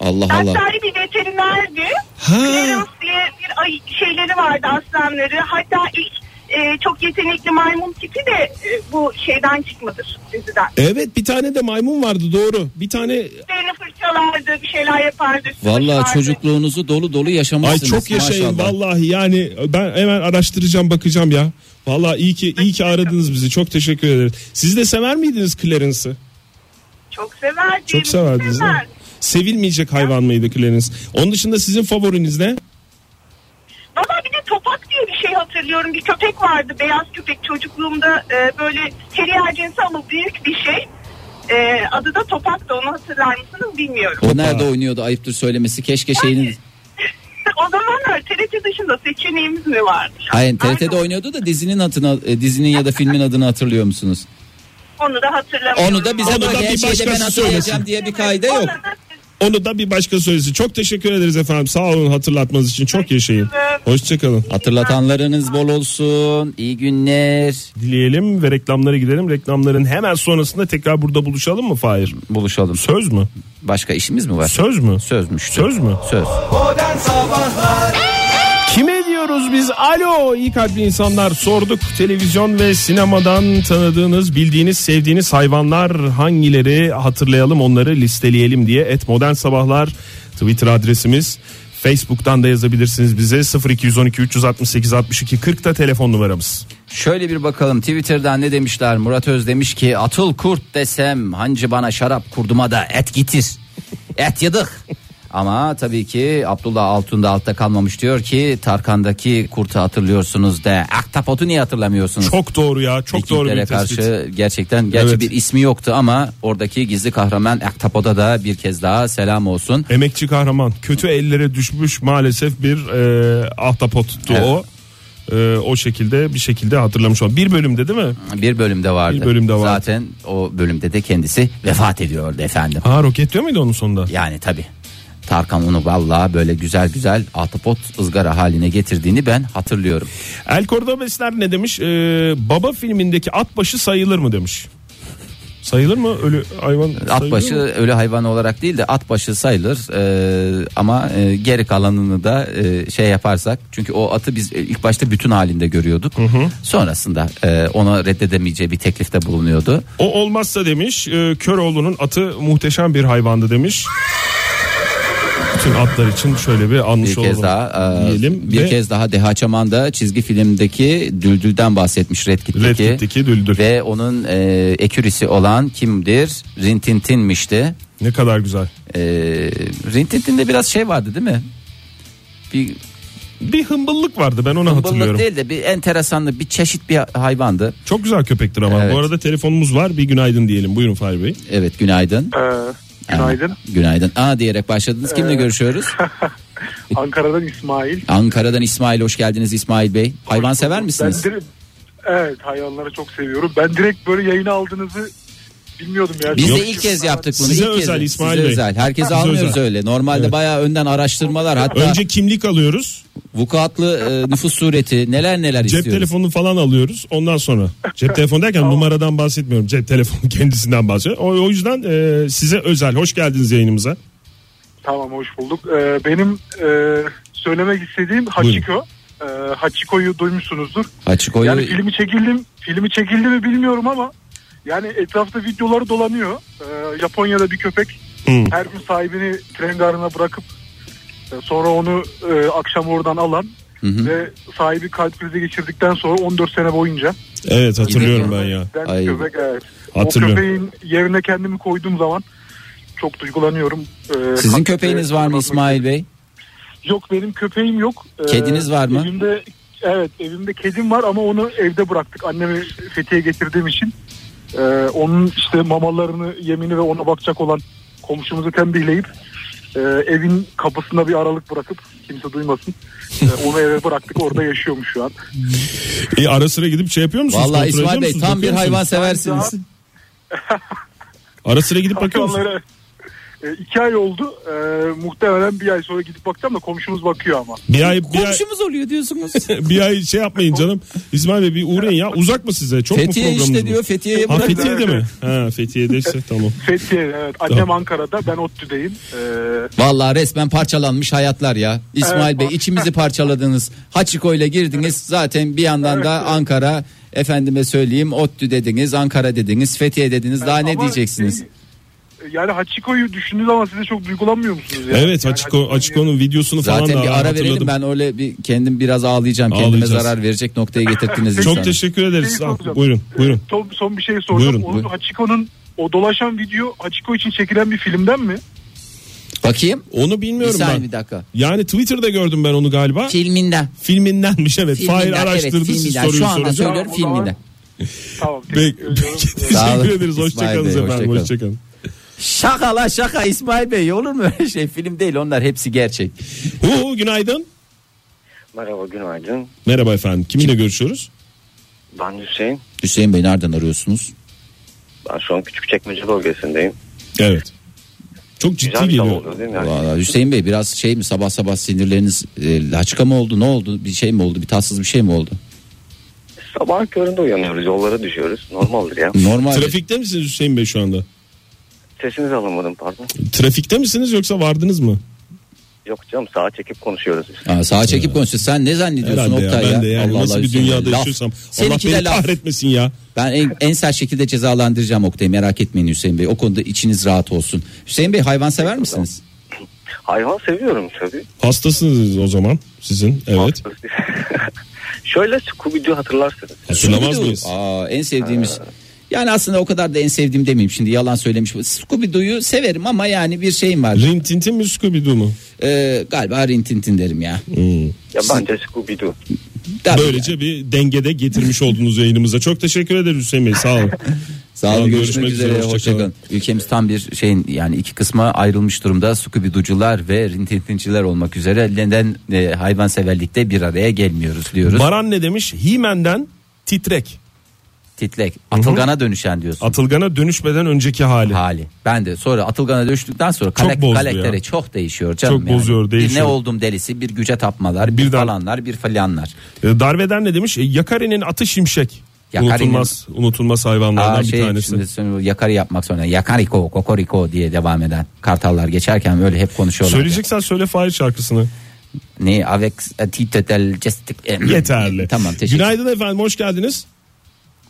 [SPEAKER 2] Allah Allah.
[SPEAKER 5] Daktari bir veterinerdi.
[SPEAKER 3] Ha.
[SPEAKER 5] Clarence diye bir ay şeyleri vardı aslanları. Hatta ilk e, çok yetenekli maymun tipi de e, bu şeyden çıkmadır diziden.
[SPEAKER 3] Evet bir tane de maymun vardı doğru. Bir tane
[SPEAKER 5] Beni fırçalardı, bir şeyler yapardı.
[SPEAKER 2] Vallahi
[SPEAKER 5] sıvışlardı.
[SPEAKER 2] çocukluğunuzu dolu dolu
[SPEAKER 3] ay
[SPEAKER 2] yaşamışsınız.
[SPEAKER 3] çok yaşayın
[SPEAKER 2] maşallah.
[SPEAKER 3] vallahi yani ben hemen araştıracağım bakacağım ya. Vallahi iyi ki iyi ki aradınız bizi. Çok teşekkür ederiz. Siz de sever miydiniz Clarence'ı?
[SPEAKER 5] Çok severdim.
[SPEAKER 3] Çok severdiniz değil mi?
[SPEAKER 5] Severdim.
[SPEAKER 3] Sevilmeyecek hayvan mıydı Clarence? Onun dışında sizin favoriniz ne?
[SPEAKER 5] Valla bir de topak diye bir şey hatırlıyorum. Bir köpek vardı beyaz köpek çocukluğumda e, böyle terrier cinsi ama büyük bir şey. E, adı da topak da onu hatırlar mısınız bilmiyorum.
[SPEAKER 2] O nerede oynuyordu ayıptır söylemesi keşke şeyini.
[SPEAKER 5] o zamanlar TRT dışında seçeneğimiz mi vardı?
[SPEAKER 2] Hayır TRT'de
[SPEAKER 5] Aynen.
[SPEAKER 2] oynuyordu da dizinin adını e, dizinin ya da filmin adını hatırlıyor musunuz?
[SPEAKER 5] Onu da hatırlamıyorum.
[SPEAKER 2] Onu da bize
[SPEAKER 3] Onu da
[SPEAKER 2] böyle
[SPEAKER 3] bir
[SPEAKER 2] her şeyi de ben
[SPEAKER 3] başkası söylesin.
[SPEAKER 2] hatırlayacağım diye bir kaide
[SPEAKER 5] Ona
[SPEAKER 2] yok.
[SPEAKER 5] da
[SPEAKER 3] Onu da bir başka söylesin. Çok teşekkür ederiz efendim. Sağ olun hatırlatmanız için. Çok yaşayın. Hoşçakalın.
[SPEAKER 2] Hatırlatanlarınız bol olsun. İyi günler.
[SPEAKER 3] Dileyelim ve reklamlara gidelim. Reklamların hemen sonrasında tekrar burada buluşalım mı Fahir?
[SPEAKER 2] Buluşalım.
[SPEAKER 3] Söz mü?
[SPEAKER 2] Başka işimiz mi var?
[SPEAKER 3] Söz mü?
[SPEAKER 2] Sözmüş.
[SPEAKER 3] Söz mü?
[SPEAKER 2] Söz.
[SPEAKER 3] Kime diyoruz biz? Alo iyi kalpli insanlar sorduk. Televizyon ve sinemadan tanıdığınız, bildiğiniz, sevdiğiniz hayvanlar hangileri hatırlayalım onları listeleyelim diye. Et Modern Sabahlar Twitter adresimiz. Facebook'tan da yazabilirsiniz bize 0212 368 62 40 da telefon numaramız.
[SPEAKER 2] Şöyle bir bakalım Twitter'dan ne demişler? Murat Öz demiş ki atıl kurt desem hancı bana şarap kurduma da et getir. Et yedik. Ama tabii ki Abdullah Altun'da altta kalmamış diyor ki Tarkan'daki kurtu hatırlıyorsunuz da Aktapotu niye hatırlamıyorsunuz?
[SPEAKER 3] Çok doğru ya çok doğru bir
[SPEAKER 2] Vikinglere
[SPEAKER 3] tespit.
[SPEAKER 2] karşı gerçekten gerçi
[SPEAKER 3] Evet.
[SPEAKER 2] bir ismi yoktu ama oradaki gizli kahraman Aktapot'a da bir kez daha selam olsun.
[SPEAKER 3] Emekçi kahraman. Kötü ellere düşmüş maalesef bir e, ahtapottu
[SPEAKER 2] Evet.
[SPEAKER 3] o. E, o şekilde bir şekilde hatırlamış olan. Bir bölümde değil mi?
[SPEAKER 2] Bir bölümde vardı.
[SPEAKER 3] Bir bölümde vardı.
[SPEAKER 2] Zaten o bölümde de kendisi vefat ediyordu efendim.
[SPEAKER 3] Ha roketliyor muydu onun sonunda?
[SPEAKER 2] Yani tabi. Tarkan onu vallahi böyle güzel güzel ahtapot ızgara haline getirdiğini ben hatırlıyorum.
[SPEAKER 3] El Cordobesler ne demiş? E, baba filmindeki at başı sayılır mı demiş. Sayılır mı ölü hayvan? sayılıyor
[SPEAKER 2] At başı
[SPEAKER 3] mu?
[SPEAKER 2] ölü hayvan olarak değil de at başı sayılır Ee, ama e, geri kalanını da e, şey yaparsak çünkü o atı biz e, ilk başta bütün halinde görüyorduk. Sonrasında e, ona reddedemeyeceği bir teklifte bulunuyordu.
[SPEAKER 3] O olmazsa demiş. E, Köroğlu'nun atı muhteşem bir hayvandı demiş. Bütün atlar için şöyle bir anmış
[SPEAKER 2] Bir
[SPEAKER 3] olalım.
[SPEAKER 2] kez daha e,
[SPEAKER 3] diyelim
[SPEAKER 2] bir
[SPEAKER 3] ve
[SPEAKER 2] kez daha Deha Çaman da çizgi filmdeki Düldül'den bahsetmiş
[SPEAKER 3] Red
[SPEAKER 2] Redkit'teki.
[SPEAKER 3] Kit'teki düldül.
[SPEAKER 2] Ve onun e, ekürisi olan kimdir? Rintintin'mişti.
[SPEAKER 3] Ne kadar güzel.
[SPEAKER 2] Ee, Rintintin'de biraz şey vardı değil mi? Bir
[SPEAKER 3] Bir hımbıllık vardı ben onu hatırlıyorum.
[SPEAKER 2] bıllık değil de bir enteresanlı bir çeşit bir hayvandı.
[SPEAKER 3] Çok güzel köpektir ama.
[SPEAKER 2] Evet.
[SPEAKER 3] Bu arada telefonumuz var. Bir günaydın diyelim. Buyurun Fahri Bey.
[SPEAKER 2] Evet günaydın.
[SPEAKER 6] Ee, günaydın. Ee,
[SPEAKER 2] Günaydın. Aa diyerek başladınız. Kimle görüşüyoruz?
[SPEAKER 6] Ankara'dan İsmail.
[SPEAKER 2] Ankara'dan İsmail hoş geldiniz İsmail Bey. Hayvan sever misiniz?
[SPEAKER 6] Ben direkt, evet hayvanları çok seviyorum. Ben direkt böyle yayına aldığınızı bilmiyordum ya.
[SPEAKER 2] Biz
[SPEAKER 6] Çok
[SPEAKER 2] de ilk kez yaptık bunu.
[SPEAKER 3] Size
[SPEAKER 2] ilk kez.
[SPEAKER 3] özel İsmail
[SPEAKER 2] Size
[SPEAKER 3] Bey.
[SPEAKER 2] özel. Herkese
[SPEAKER 3] Size
[SPEAKER 2] almıyoruz
[SPEAKER 3] özel.
[SPEAKER 2] öyle. Normalde
[SPEAKER 3] Evet.
[SPEAKER 2] bayağı önden araştırmalar hatta
[SPEAKER 3] Önce kimlik alıyoruz.
[SPEAKER 2] vukuatlı e, nüfus sureti neler neler
[SPEAKER 3] Cep
[SPEAKER 2] istiyoruz.
[SPEAKER 3] telefonu falan alıyoruz. Ondan sonra cep telefonu derken numaradan bahsetmiyorum. Cep telefonu kendisinden bahsediyorum. O, o yüzden e, size özel. Hoş geldiniz yayınımıza.
[SPEAKER 6] Tamam hoş bulduk. Ee, benim e, söylemek istediğim Hachiko. Ee, Hachiko'yu duymuşsunuzdur.
[SPEAKER 2] Açık oyu
[SPEAKER 6] Yani filmi çekildi, filmi çekildi mi bilmiyorum ama yani etrafta videoları dolanıyor. Ee, Japonya'da bir köpek
[SPEAKER 3] Hı.
[SPEAKER 6] her gün sahibini tren garına bırakıp e, sonra onu e, akşam oradan alan
[SPEAKER 2] Hı hı.
[SPEAKER 6] ve sahibi kalp krizi geçirdikten sonra 14 sene boyunca
[SPEAKER 3] Evet hatırlıyorum ben ya.
[SPEAKER 6] Ben
[SPEAKER 2] Ay.
[SPEAKER 6] köpek evet.
[SPEAKER 3] Hatırlıyorum.
[SPEAKER 6] O köpeğin yerine kendimi koyduğum zaman çok duygulanıyorum. Ee,
[SPEAKER 2] Sizin
[SPEAKER 6] hakikaten-
[SPEAKER 2] köpeğiniz var mı İsmail Bey?
[SPEAKER 6] Yok benim köpeğim yok. Ee,
[SPEAKER 2] Kediniz var mı?
[SPEAKER 6] Evimde evet evimde kedim var ama onu evde bıraktık. Annemi Fethiye'ye getirdiğim için Ee, onun işte mamalarını, yemini ve ona bakacak olan komşumuzu tembihleyip e, evin kapısında bir aralık bırakıp kimse duymasın. Ee, onu eve bıraktık orada yaşıyormuş şu an.
[SPEAKER 3] E, ara sıra gidip şey yapıyor musunuz?
[SPEAKER 2] Vallahi
[SPEAKER 3] Kontrol ediyor
[SPEAKER 2] İsmail Bey
[SPEAKER 3] musunuz?
[SPEAKER 2] tam bir
[SPEAKER 3] Bakıyor musunuz?
[SPEAKER 2] hayvan seversiniz.
[SPEAKER 3] Ara sıra gidip bakıyor musun?
[SPEAKER 6] Akşamları, e, iki ay oldu. E, muhtemelen bir ay sonra gidip bakacağım da komşumuz bakıyor ama.
[SPEAKER 3] Bir ay, bir ay,
[SPEAKER 2] Komşumuz oluyor diyorsunuz.
[SPEAKER 3] bir ay şey yapmayın canım. İsmail Bey bir uğrayın ya. Uzak mı size? Çok mu
[SPEAKER 2] Fethiye
[SPEAKER 3] programınız
[SPEAKER 2] işte
[SPEAKER 3] bu?
[SPEAKER 2] diyor Fethiye'ye
[SPEAKER 3] Ha
[SPEAKER 2] bırak.
[SPEAKER 3] Fethiye'de mi? Ha Fethiye'deyse tamam.
[SPEAKER 6] Fethiye evet. Annem
[SPEAKER 3] Tamam.
[SPEAKER 6] Ankara'da ben ODTÜ'deyim. E,
[SPEAKER 2] Vallahi resmen parçalanmış hayatlar ya. İsmail
[SPEAKER 6] Evet,
[SPEAKER 2] Bey
[SPEAKER 6] bak-
[SPEAKER 2] içimizi parçaladınız. Haçiko ile girdiniz. Zaten bir yandan da Ankara efendime söyleyeyim ODTÜ dediniz, Ankara dediniz, Fethiye dediniz. Daha ne
[SPEAKER 6] ama
[SPEAKER 2] diyeceksiniz?
[SPEAKER 6] şey, e, yani Hachiko'yu düşündüğünüz zaman size çok duygulanmıyor musunuz? Yani?
[SPEAKER 3] Evet
[SPEAKER 6] yani hani-
[SPEAKER 3] Açiko,
[SPEAKER 6] Hachiko'yu-
[SPEAKER 3] Açiko'nun videosunu
[SPEAKER 2] Zaten
[SPEAKER 3] falan da
[SPEAKER 2] bir ara verelim
[SPEAKER 3] hatırladım.
[SPEAKER 2] ben öyle bir kendim biraz ağlayacağım. Kendime
[SPEAKER 3] Ağlayacağız.
[SPEAKER 2] zarar verecek noktaya getirttiniz
[SPEAKER 3] Çok
[SPEAKER 2] insanı.
[SPEAKER 3] teşekkür ederiz.
[SPEAKER 6] Şey
[SPEAKER 3] Ah,
[SPEAKER 6] soracağım.
[SPEAKER 3] buyurun buyurun.
[SPEAKER 6] E, Son, son bir şey soracağım.
[SPEAKER 3] Buyurun,
[SPEAKER 6] Onun
[SPEAKER 2] buyurun.
[SPEAKER 6] Hachiko'nun o dolaşan video Hachiko için çekilen bir filmden mi?
[SPEAKER 2] Bakayım.
[SPEAKER 3] Onu
[SPEAKER 2] Bir
[SPEAKER 3] bilmiyorum
[SPEAKER 2] saniye
[SPEAKER 3] ben.
[SPEAKER 2] bir dakika.
[SPEAKER 3] Yani Twitter'da gördüm ben onu galiba.
[SPEAKER 2] Filminden.
[SPEAKER 3] Filmindenmiş evet.
[SPEAKER 2] Filminden,
[SPEAKER 3] Fahir araştırdı
[SPEAKER 2] evet,
[SPEAKER 3] siz
[SPEAKER 2] filminden.
[SPEAKER 3] soruyu
[SPEAKER 2] Şu anda
[SPEAKER 3] sorunca.
[SPEAKER 2] söylüyorum
[SPEAKER 6] Tamam, o zaman-
[SPEAKER 2] filminden.
[SPEAKER 6] Tamam.
[SPEAKER 3] Peki,
[SPEAKER 6] teşekkür ediyorum.
[SPEAKER 3] peki,
[SPEAKER 2] Sağ olun.
[SPEAKER 3] teşekkür ederiz.
[SPEAKER 2] İsmail
[SPEAKER 3] Hoşçakalınız
[SPEAKER 2] Bey,
[SPEAKER 3] efendim.
[SPEAKER 2] hoşça
[SPEAKER 3] Hoşçakalın.
[SPEAKER 2] Şaka la şaka İsmail Bey olur mu öyle şey? Film değil onlar hepsi gerçek.
[SPEAKER 3] Hu günaydın.
[SPEAKER 7] Merhaba günaydın.
[SPEAKER 3] Merhaba efendim. Kiminle görüşüyoruz?
[SPEAKER 7] Ben Hüseyin.
[SPEAKER 2] Hüseyin Bey nereden arıyorsunuz?
[SPEAKER 7] Ben şu an Küçükçekmece bölgesindeyim.
[SPEAKER 3] Evet. Çok ciddi
[SPEAKER 7] Güzel bir
[SPEAKER 3] geliyor.
[SPEAKER 7] hava oldu değil mi? Yani
[SPEAKER 2] Vallahi Hüseyin Bey biraz şey mi sabah sabah sinirleriniz e, laçka mı oldu ne oldu bir şey mi oldu bir tatsız bir şey mi oldu?
[SPEAKER 7] sabah köründe uyanıyoruz yollara düşüyoruz. Normaldir ya.
[SPEAKER 2] Normal.
[SPEAKER 3] Trafikte misiniz Hüseyin Bey şu anda?
[SPEAKER 7] Sesinizi alamadım pardon.
[SPEAKER 3] Trafikte misiniz yoksa vardınız mı?
[SPEAKER 7] Yok canım sağa çekip konuşuyoruz biz.
[SPEAKER 2] Ha, sağa çekip konuşuyor. Sen ne zannediyorsun
[SPEAKER 3] Herhalde ya.
[SPEAKER 2] Oktay ya?
[SPEAKER 3] Ben de yani
[SPEAKER 2] Allah
[SPEAKER 3] nasıl
[SPEAKER 2] Allah
[SPEAKER 3] bir
[SPEAKER 2] Hüseyin
[SPEAKER 3] dünyada
[SPEAKER 2] Bey, laf.
[SPEAKER 3] yaşıyorsam. Allah
[SPEAKER 2] Seninki
[SPEAKER 3] beni
[SPEAKER 2] de laf.
[SPEAKER 3] kahretmesin ya.
[SPEAKER 2] Ben en, en sert şekilde cezalandıracağım Oktay merak etmeyin Hüseyin Bey. O konuda içiniz rahat olsun. Hüseyin Bey hayvan sever misiniz?
[SPEAKER 7] Hayvan seviyorum tabii.
[SPEAKER 3] Hastasınız o zaman sizin. Evet.
[SPEAKER 7] Şöyle Scooby-Doo hatırlarsınız.
[SPEAKER 3] Hatırlamaz
[SPEAKER 2] Scooby-Doo.
[SPEAKER 3] mıyız?
[SPEAKER 2] Aa, en sevdiğimiz. Yani aslında o kadar da en sevdiğim demeyeyim şimdi yalan söylemiş. Scooby-Doo'yu severim ama yani bir şeyim var.
[SPEAKER 3] Rin Tin Tin mi Scooby-Doo mu?
[SPEAKER 2] Ee, galiba rintintin derim ya.
[SPEAKER 7] Ya bence Scooby-Doo.
[SPEAKER 2] Tabii
[SPEAKER 3] Böylece
[SPEAKER 2] yani.
[SPEAKER 3] bir dengede getirmiş oldunuz yayınımıza. Çok teşekkür ederiz Hüseyin Bey. Sağ olun.
[SPEAKER 2] Sağ
[SPEAKER 3] Tamam,
[SPEAKER 2] olun
[SPEAKER 3] görüşmek
[SPEAKER 2] görüşmek,
[SPEAKER 3] üzere,
[SPEAKER 2] üzere.
[SPEAKER 3] hoşça kalın.
[SPEAKER 2] Hoşçakalın. Ülkemiz tam bir şeyin yani iki kısma ayrılmış durumda. Scooby-Doo'cular ve Rintintin'ciler olmak üzere. Neden e, hayvanseverlikte bir araya gelmiyoruz diyoruz.
[SPEAKER 3] Baran ne demiş? He-Man'den titrek.
[SPEAKER 2] Titlek. Atılgana dönüşen diyorsun.
[SPEAKER 3] Atılgana dönüşmeden önceki hali.
[SPEAKER 2] hali. Ben de sonra Atılgan'a dönüştükten sonra kalak,
[SPEAKER 3] bozdu
[SPEAKER 2] karakteri
[SPEAKER 3] ya.
[SPEAKER 2] çok değişiyor canım.
[SPEAKER 3] Çok
[SPEAKER 2] yani.
[SPEAKER 3] bozuyor,
[SPEAKER 2] Bir ne
[SPEAKER 3] değişiyor.
[SPEAKER 2] oldum delisi, bir güce tapmalar, bir,
[SPEAKER 3] Birden-
[SPEAKER 2] falanlar, bir falanlar.
[SPEAKER 3] Ee, Darveden ne demiş? E, Yakari'nin atı şimşek.
[SPEAKER 2] Yakari'nin-
[SPEAKER 3] Unutulmaz, unutulmaz hayvanlardan
[SPEAKER 2] Aa,
[SPEAKER 3] bir
[SPEAKER 2] şey,
[SPEAKER 3] tanesi.
[SPEAKER 2] Şimdi, sonra yakarı yapmak sonra yakariko, kokoriko diye devam eden kartallar geçerken böyle hep konuşuyorlar.
[SPEAKER 3] Söyleyeceksen söyle Fahir şarkısını.
[SPEAKER 2] Ne avec titel gestik. eh, hmm.
[SPEAKER 3] Yeterli.
[SPEAKER 2] Tamam teşekkür.
[SPEAKER 3] Günaydın efendim hoş geldiniz.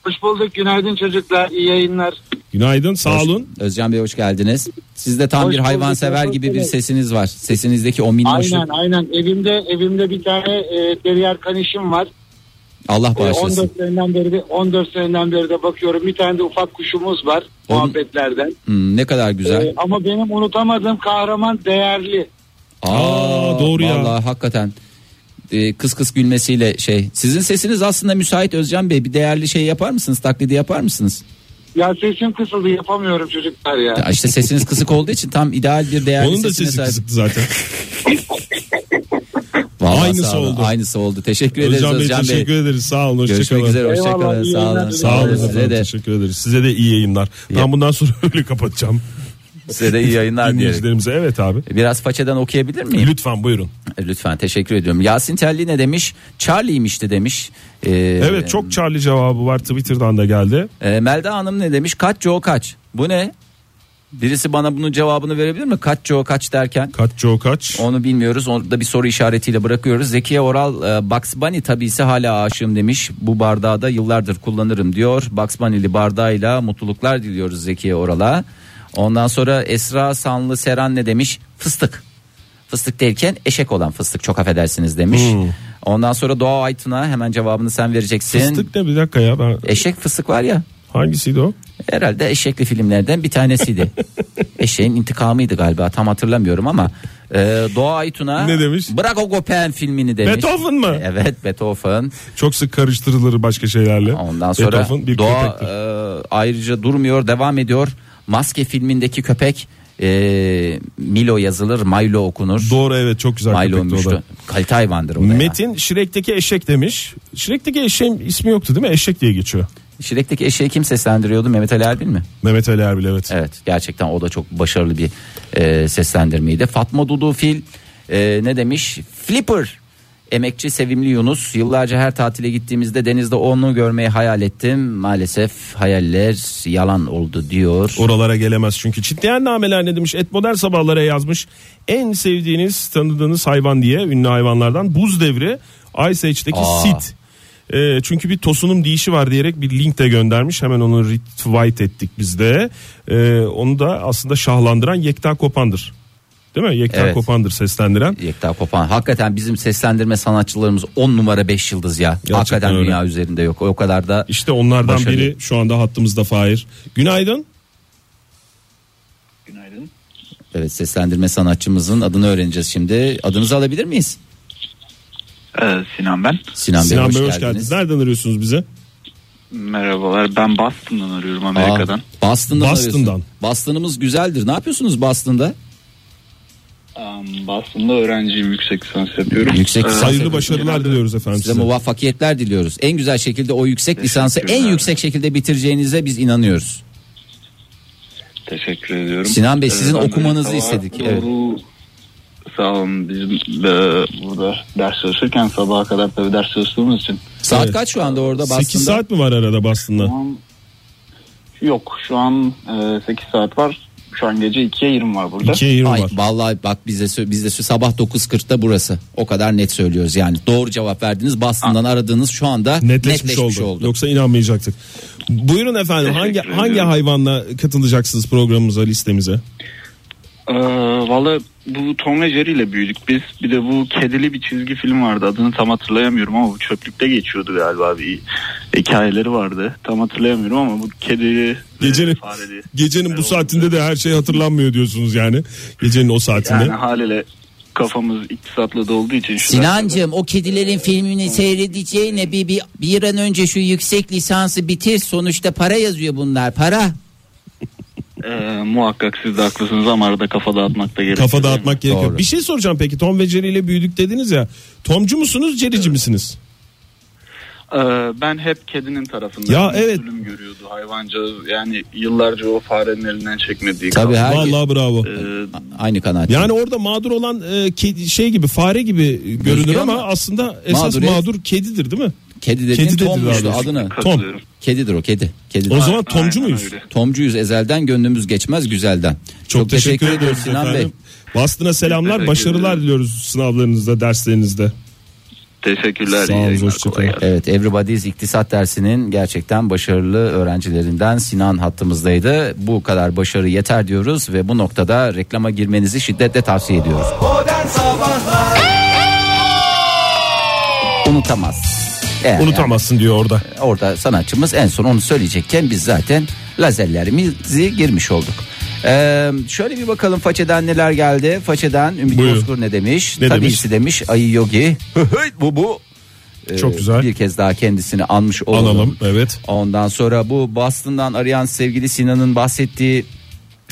[SPEAKER 8] Hoş bulduk. Günaydın çocuklar. İyi yayınlar.
[SPEAKER 3] Günaydın sağ
[SPEAKER 2] Hoş-
[SPEAKER 3] olun.
[SPEAKER 2] Özcan Bey hoş geldiniz. Sizde tam
[SPEAKER 8] Hoş
[SPEAKER 2] bir
[SPEAKER 8] bulduk,
[SPEAKER 2] hayvansever
[SPEAKER 8] hoş
[SPEAKER 2] gibi bir
[SPEAKER 8] bulduk.
[SPEAKER 2] sesiniz var. Sesinizdeki o minnoşluk.
[SPEAKER 8] Aynen aynen. Evimde evimde bir tane e, terrier kanişim var.
[SPEAKER 2] Allah
[SPEAKER 8] E,
[SPEAKER 2] bağışlasın.
[SPEAKER 8] 14 seneden beri de 14 seneden beri de bakıyorum. Bir tane de ufak kuşumuz var
[SPEAKER 2] Oğlum.
[SPEAKER 8] muhabbetlerden.
[SPEAKER 2] Hmm, ne kadar güzel.
[SPEAKER 8] E, ama benim unutamadığım kahraman değerli.
[SPEAKER 3] Aa, doğru ya.
[SPEAKER 2] vallahi hakikaten. Ee, kıs kıs gülmesiyle şey. Sizin sesiniz aslında müsait Özcan Bey. Bir değerli şey yapar mısınız? Taklidi yapar mısınız?
[SPEAKER 8] Ya sesim kısıldı yapamıyorum çocuklar ya.
[SPEAKER 2] Ya işte sesiniz kısık olduğu için tam ideal bir değerli
[SPEAKER 3] Onun da
[SPEAKER 2] sesine
[SPEAKER 3] sesi
[SPEAKER 2] sahip.
[SPEAKER 3] kısıktı zaten.
[SPEAKER 2] Vallahi
[SPEAKER 3] Aynısı
[SPEAKER 2] sağ olun,
[SPEAKER 3] oldu.
[SPEAKER 2] Aynısı oldu. Teşekkür ederiz
[SPEAKER 3] Özcan Bey
[SPEAKER 2] Özcan Bey.
[SPEAKER 3] teşekkür ederiz sağ olun. hoşça
[SPEAKER 2] Görüşmek
[SPEAKER 3] kalın.
[SPEAKER 2] üzere.
[SPEAKER 8] Eyvallah,
[SPEAKER 2] Hoşçakalın.
[SPEAKER 8] iyi
[SPEAKER 2] Sağ
[SPEAKER 8] yayınlar
[SPEAKER 2] olun.
[SPEAKER 3] Sağ
[SPEAKER 8] Size
[SPEAKER 3] olun efendim
[SPEAKER 2] Size de,
[SPEAKER 3] teşekkür ederiz. Size de iyi yayınlar. Ben
[SPEAKER 2] Ya.
[SPEAKER 3] bundan sonra öyle kapatacağım.
[SPEAKER 2] size de iyi yayınlar diyelim.
[SPEAKER 3] Dinleyicilerimize evet abi.
[SPEAKER 2] Biraz façadan okuyabilir miyim?
[SPEAKER 3] Lütfen buyurun.
[SPEAKER 2] Lütfen teşekkür ediyorum. Yasin Telli ne demiş? Charlie'ymişti demiş. Ee,
[SPEAKER 3] Evet çok Charlie cevabı var Twitter'dan da geldi.
[SPEAKER 2] e, Melda Hanım ne demiş? Kaç Joe kaç? Bu ne? Birisi bana bunun cevabını verebilir mi? Kaç Joe kaç derken?
[SPEAKER 3] Kaç Joe kaç.
[SPEAKER 2] Onu bilmiyoruz. Onu da bir soru işaretiyle bırakıyoruz. Zekiye Oral e, Bugs Bunny tabisi hala aşığım demiş. Bu bardağı da yıllardır kullanırım diyor. Bugs Bunny'li bardağıyla mutluluklar diliyoruz Zekiye Oral'a. Ondan sonra Esra Sanlı Seran ne demiş? Fıstık. Fıstık derken eşek olan fıstık çok affedersiniz demiş. Ondan sonra Doğa Aytun'a hemen cevabını sen vereceksin.
[SPEAKER 3] Fıstık ne bir dakika ya ben
[SPEAKER 2] Eşek fıstık var ya.
[SPEAKER 3] hangisiydi o?
[SPEAKER 2] Herhalde eşekli filmlerden bir tanesiydi. Eşeğin intikamıydı galiba tam hatırlamıyorum ama e, Doğa Aytun'a
[SPEAKER 3] Ne demiş?
[SPEAKER 2] Bırak o Gopen filmini demiş. E,
[SPEAKER 3] Beethoven mı?
[SPEAKER 2] Evet Beethoven.
[SPEAKER 3] Çok sık karıştırılır başka şeylerle.
[SPEAKER 2] Ondan sonra
[SPEAKER 3] Beethoven bir
[SPEAKER 2] Doğa
[SPEAKER 3] köpektir.
[SPEAKER 2] e, ayrıca durmuyor devam ediyor. Maske filmindeki köpek e, Milo yazılır Milo okunur.
[SPEAKER 3] Doğru evet çok güzel
[SPEAKER 2] Milo
[SPEAKER 3] köpekti o da.
[SPEAKER 2] müştü. Kalite hayvandır o da ya.
[SPEAKER 3] Metin Şirek'teki eşek demiş. Şirek'teki eşeğin ismi yoktu değil mi? Eşek diye geçiyor.
[SPEAKER 2] Şirek'teki eşeği kim seslendiriyordu? Mehmet Ali Erbil mi?
[SPEAKER 3] Mehmet Ali Erbil evet.
[SPEAKER 2] Evet gerçekten o da çok başarılı bir e, seslendirmeydi. Fatma Dudu Fil e, ne demiş? Flipper. Emekçi Sevimli Yunus yıllarca her tatile gittiğimizde denizde onu görmeyi hayal ettim. Maalesef hayaller yalan oldu diyor.
[SPEAKER 3] Oralara gelemez çünkü. Çitleyen nameler ne demiş? Et modern sabahlara yazmış. En sevdiğiniz tanıdığınız hayvan diye ünlü hayvanlardan buz devri Ice Age'deki
[SPEAKER 2] Aa.
[SPEAKER 3] sit. Ee, çünkü bir tosunum deyişi var diyerek bir link de göndermiş. Hemen onu retweet ettik biz de. Ee, onu da aslında şahlandıran Yekta Kopandır. Değil mi? Yekta
[SPEAKER 2] Evet.
[SPEAKER 3] Kopandır seslendiren.
[SPEAKER 2] Yekta Kopan. Hakikaten bizim seslendirme sanatçılarımız 10 numara 5 yıldız ya.
[SPEAKER 3] Gerçekten
[SPEAKER 2] Hakikaten
[SPEAKER 3] öyle.
[SPEAKER 2] dünya üzerinde yok. O kadar da
[SPEAKER 3] İşte onlardan
[SPEAKER 2] Başarılı.
[SPEAKER 3] biri şu anda hattımızda Fahir. Günaydın.
[SPEAKER 1] Günaydın.
[SPEAKER 2] evet seslendirme sanatçımızın adını öğreneceğiz şimdi. Adınızı alabilir miyiz?
[SPEAKER 1] Ee, Sinan ben.
[SPEAKER 2] Sinan,
[SPEAKER 3] Sinan
[SPEAKER 2] Bey,
[SPEAKER 3] Bey hoş geldiniz. Nereden arıyorsunuz bize?
[SPEAKER 1] Merhabalar ben Boston'dan arıyorum Amerika'dan.
[SPEAKER 2] Aa, Boston'dan.
[SPEAKER 3] Boston'dan.
[SPEAKER 2] arıyorsun. Boston'ımız güzeldir. Ne yapıyorsunuz Boston'da?
[SPEAKER 1] Um, Boston'da öğrenciyim yüksek lisans yapıyorum.
[SPEAKER 2] Yüksek
[SPEAKER 1] Ee,
[SPEAKER 2] lisans
[SPEAKER 3] Hayırlı
[SPEAKER 2] yapıyorsunuz.
[SPEAKER 3] başarılar diliyoruz efendim
[SPEAKER 2] Size
[SPEAKER 3] size.
[SPEAKER 2] muvaffakiyetler diliyoruz. En güzel şekilde o yüksek lisansı en
[SPEAKER 1] Teşekkürler.
[SPEAKER 2] yüksek şekilde bitireceğinize biz inanıyoruz.
[SPEAKER 1] Teşekkür ediyorum.
[SPEAKER 2] Sinan Bey,
[SPEAKER 1] Ee,
[SPEAKER 2] sizin
[SPEAKER 1] ben de
[SPEAKER 2] okumanızı
[SPEAKER 1] sabah
[SPEAKER 2] istedik,
[SPEAKER 1] doğru- Sağ olun bizim e, burada ders çalışırken sabaha kadar tabii ders çalıştığımız için.
[SPEAKER 2] Saat
[SPEAKER 3] Evet.
[SPEAKER 2] kaç şu anda orada Boston'da?
[SPEAKER 3] 8 saat mi var arada Boston'da?
[SPEAKER 1] Şu an- yok şu an e, 8 saat var. Şu an gece 2'ye 20 var burada.
[SPEAKER 3] 2'ye 20
[SPEAKER 2] Ay
[SPEAKER 3] var.
[SPEAKER 2] vallahi bak bizde sö- bizde şu sabah 9.40'da burası. O kadar net söylüyoruz yani. Doğru cevap verdiniz. Boston'dan aradığınız şu anda netleşmiş,
[SPEAKER 3] netleşmiş, oldu.
[SPEAKER 2] oldu.
[SPEAKER 3] Yoksa inanmayacaktık. Buyurun efendim hangi
[SPEAKER 1] Teşekkür
[SPEAKER 3] hangi
[SPEAKER 1] ediyorum.
[SPEAKER 3] hayvanla katılacaksınız programımıza listemize?
[SPEAKER 1] Ee, Valla bu Tom ve Jerry ile büyüdük biz. Bir de bu kedili bir çizgi film vardı. Adını tam hatırlayamıyorum ama bu çöplükte geçiyordu galiba. Bir hikayeleri vardı. Tam hatırlayamıyorum ama bu kedili ve
[SPEAKER 3] Gecenin
[SPEAKER 1] fareli.
[SPEAKER 3] gecenin bu
[SPEAKER 1] Evet,
[SPEAKER 3] saatinde de her şey hatırlanmıyor diyorsunuz yani. Gecenin o saatinde.
[SPEAKER 1] Yani haliyle kafamız iktisatla dolduğu için. şu dakikada-
[SPEAKER 2] Sinancığım o kedilerin filmini seyredeceğine bir, bir, bir an önce şu yüksek lisansı bitir. Sonuçta para yazıyor bunlar para.
[SPEAKER 1] Ee, muhakkak siz de haklısınız ama arada kafa dağıtmak da gerekiyor.
[SPEAKER 3] Kafa dağıtmak gerekiyor.
[SPEAKER 2] Doğru.
[SPEAKER 3] Bir şey soracağım peki Tom ve Jerry ile büyüdük dediniz ya. Tomcu musunuz, Jerry'ci misiniz?
[SPEAKER 1] Ee, ben hep kedinin tarafından
[SPEAKER 3] Ya evet.
[SPEAKER 1] zulüm görüyordu hayvancağız. Yani yıllarca o farenin elinden çekmediği.
[SPEAKER 2] Tabii
[SPEAKER 1] kaldı.
[SPEAKER 2] her
[SPEAKER 3] Vallahi bravo.
[SPEAKER 1] Ee,
[SPEAKER 2] aynı kanaat.
[SPEAKER 3] Yani orada mağdur olan e, kedi, şey gibi fare gibi görünür ama,
[SPEAKER 2] ama
[SPEAKER 3] aslında esas
[SPEAKER 2] mağduriyet-
[SPEAKER 3] mağdur kedidir değil mi?
[SPEAKER 2] kedi dediğin
[SPEAKER 3] Kedi dedi
[SPEAKER 2] Tom'muştu
[SPEAKER 3] daha doğrusu.
[SPEAKER 2] adını.
[SPEAKER 1] katılıyorum.
[SPEAKER 2] Kedidir o kedi. kedi.
[SPEAKER 3] O zaman Tomcu
[SPEAKER 1] Aynen
[SPEAKER 3] muyuz?
[SPEAKER 1] öyle.
[SPEAKER 2] Tomcuyuz ezelden gönlümüz geçmez güzelden.
[SPEAKER 3] Çok, teşekkür, ediyoruz
[SPEAKER 2] Sinan
[SPEAKER 3] efendim.
[SPEAKER 2] Bey.
[SPEAKER 3] Bastına selamlar,
[SPEAKER 1] Teşekkür
[SPEAKER 3] başarılar
[SPEAKER 1] ederim.
[SPEAKER 3] diliyoruz sınavlarınızda, derslerinizde.
[SPEAKER 1] Teşekkürler.
[SPEAKER 3] Sağ
[SPEAKER 1] iyi
[SPEAKER 3] olun,
[SPEAKER 1] yayınlar,
[SPEAKER 3] hoşça
[SPEAKER 1] kolay
[SPEAKER 3] kalın.
[SPEAKER 1] gelsin.
[SPEAKER 2] Evet Everybody's İktisat dersinin gerçekten başarılı öğrencilerinden Sinan hattımızdaydı. Bu kadar başarı yeter diyoruz ve bu noktada reklama girmenizi şiddetle tavsiye ediyoruz. Unutamaz. Eğer yani
[SPEAKER 3] Unutamazsın diyor orada.
[SPEAKER 2] orada sanatçımız en son onu söyleyecekken biz zaten lazerlerimizi girmiş olduk. Ee, şöyle bir bakalım façeden neler geldi. Façeden Ümit
[SPEAKER 3] Buyurun.
[SPEAKER 2] Bozkır ne demiş?
[SPEAKER 3] Ne
[SPEAKER 2] Tabii
[SPEAKER 3] demiş?
[SPEAKER 2] iyisi demiş. Ayı Yogi. bu bu. Ee,
[SPEAKER 3] Çok güzel.
[SPEAKER 2] Bir kez daha kendisini anmış olalım.
[SPEAKER 3] Analım evet.
[SPEAKER 2] Ondan sonra bu Boston'dan arayan sevgili Sinan'ın bahsettiği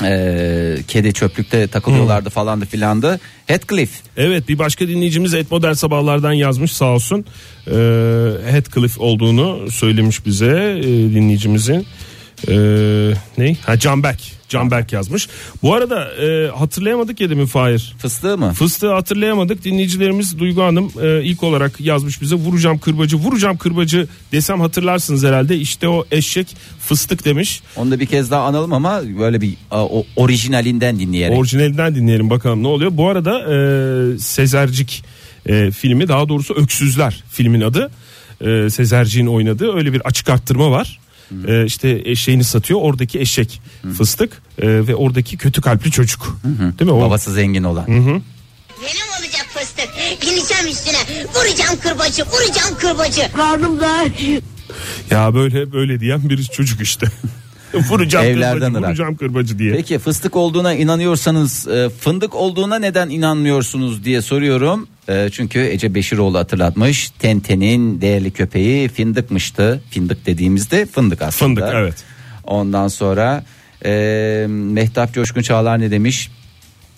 [SPEAKER 2] e, kedi çöplükte takılıyorlardı falandı filandı. Heathcliff.
[SPEAKER 3] Evet bir başka dinleyicimiz Et Modern Sabahlar'dan yazmış sağ olsun. Ee, Heathcliff olduğunu söylemiş bize e, dinleyicimizin. Ee, ne? Ha Canberk. Canberk yazmış. Bu arada e, hatırlayamadık ya demin Fahir.
[SPEAKER 2] Fıstığı mı?
[SPEAKER 3] Fıstığı hatırlayamadık. Dinleyicilerimiz Duygu Hanım e, ilk olarak yazmış bize vuracağım kırbacı vuracağım kırbacı desem hatırlarsınız herhalde. İşte o eşek fıstık demiş.
[SPEAKER 2] Onu da bir kez daha analım ama böyle bir a, o, orijinalinden dinleyerek.
[SPEAKER 3] Orijinalinden dinleyelim bakalım ne oluyor. Bu arada e, Sezercik e, filmi daha doğrusu Öksüzler filmin adı. E, Sezercik'in oynadığı öyle bir açık arttırma var. E, işte eşeğini satıyor oradaki eşek fıstık e, ve oradaki kötü kalpli çocuk. Değil mi? O,
[SPEAKER 2] Babası zengin olan.
[SPEAKER 9] Benim olacak fıstık. Bineceğim üstüne. Vuracağım kırbacı, vuracağım kırbacı.
[SPEAKER 3] Ya böyle böyle diyen bir çocuk işte. vuracağım
[SPEAKER 2] Evlerden
[SPEAKER 3] kırbacı,
[SPEAKER 2] ırak.
[SPEAKER 3] vuracağım kırbacı diye.
[SPEAKER 2] Peki fıstık olduğuna inanıyorsanız e, fındık olduğuna neden inanmıyorsunuz diye soruyorum. E, Çünkü Ece Beşiroğlu hatırlatmış. Tenten'in değerli köpeği fındıkmıştı. Fındık dediğimizde fındık aslında.
[SPEAKER 3] Fındık, evet.
[SPEAKER 2] Ondan sonra e, Mehtap Coşkun Çağlar ne demiş?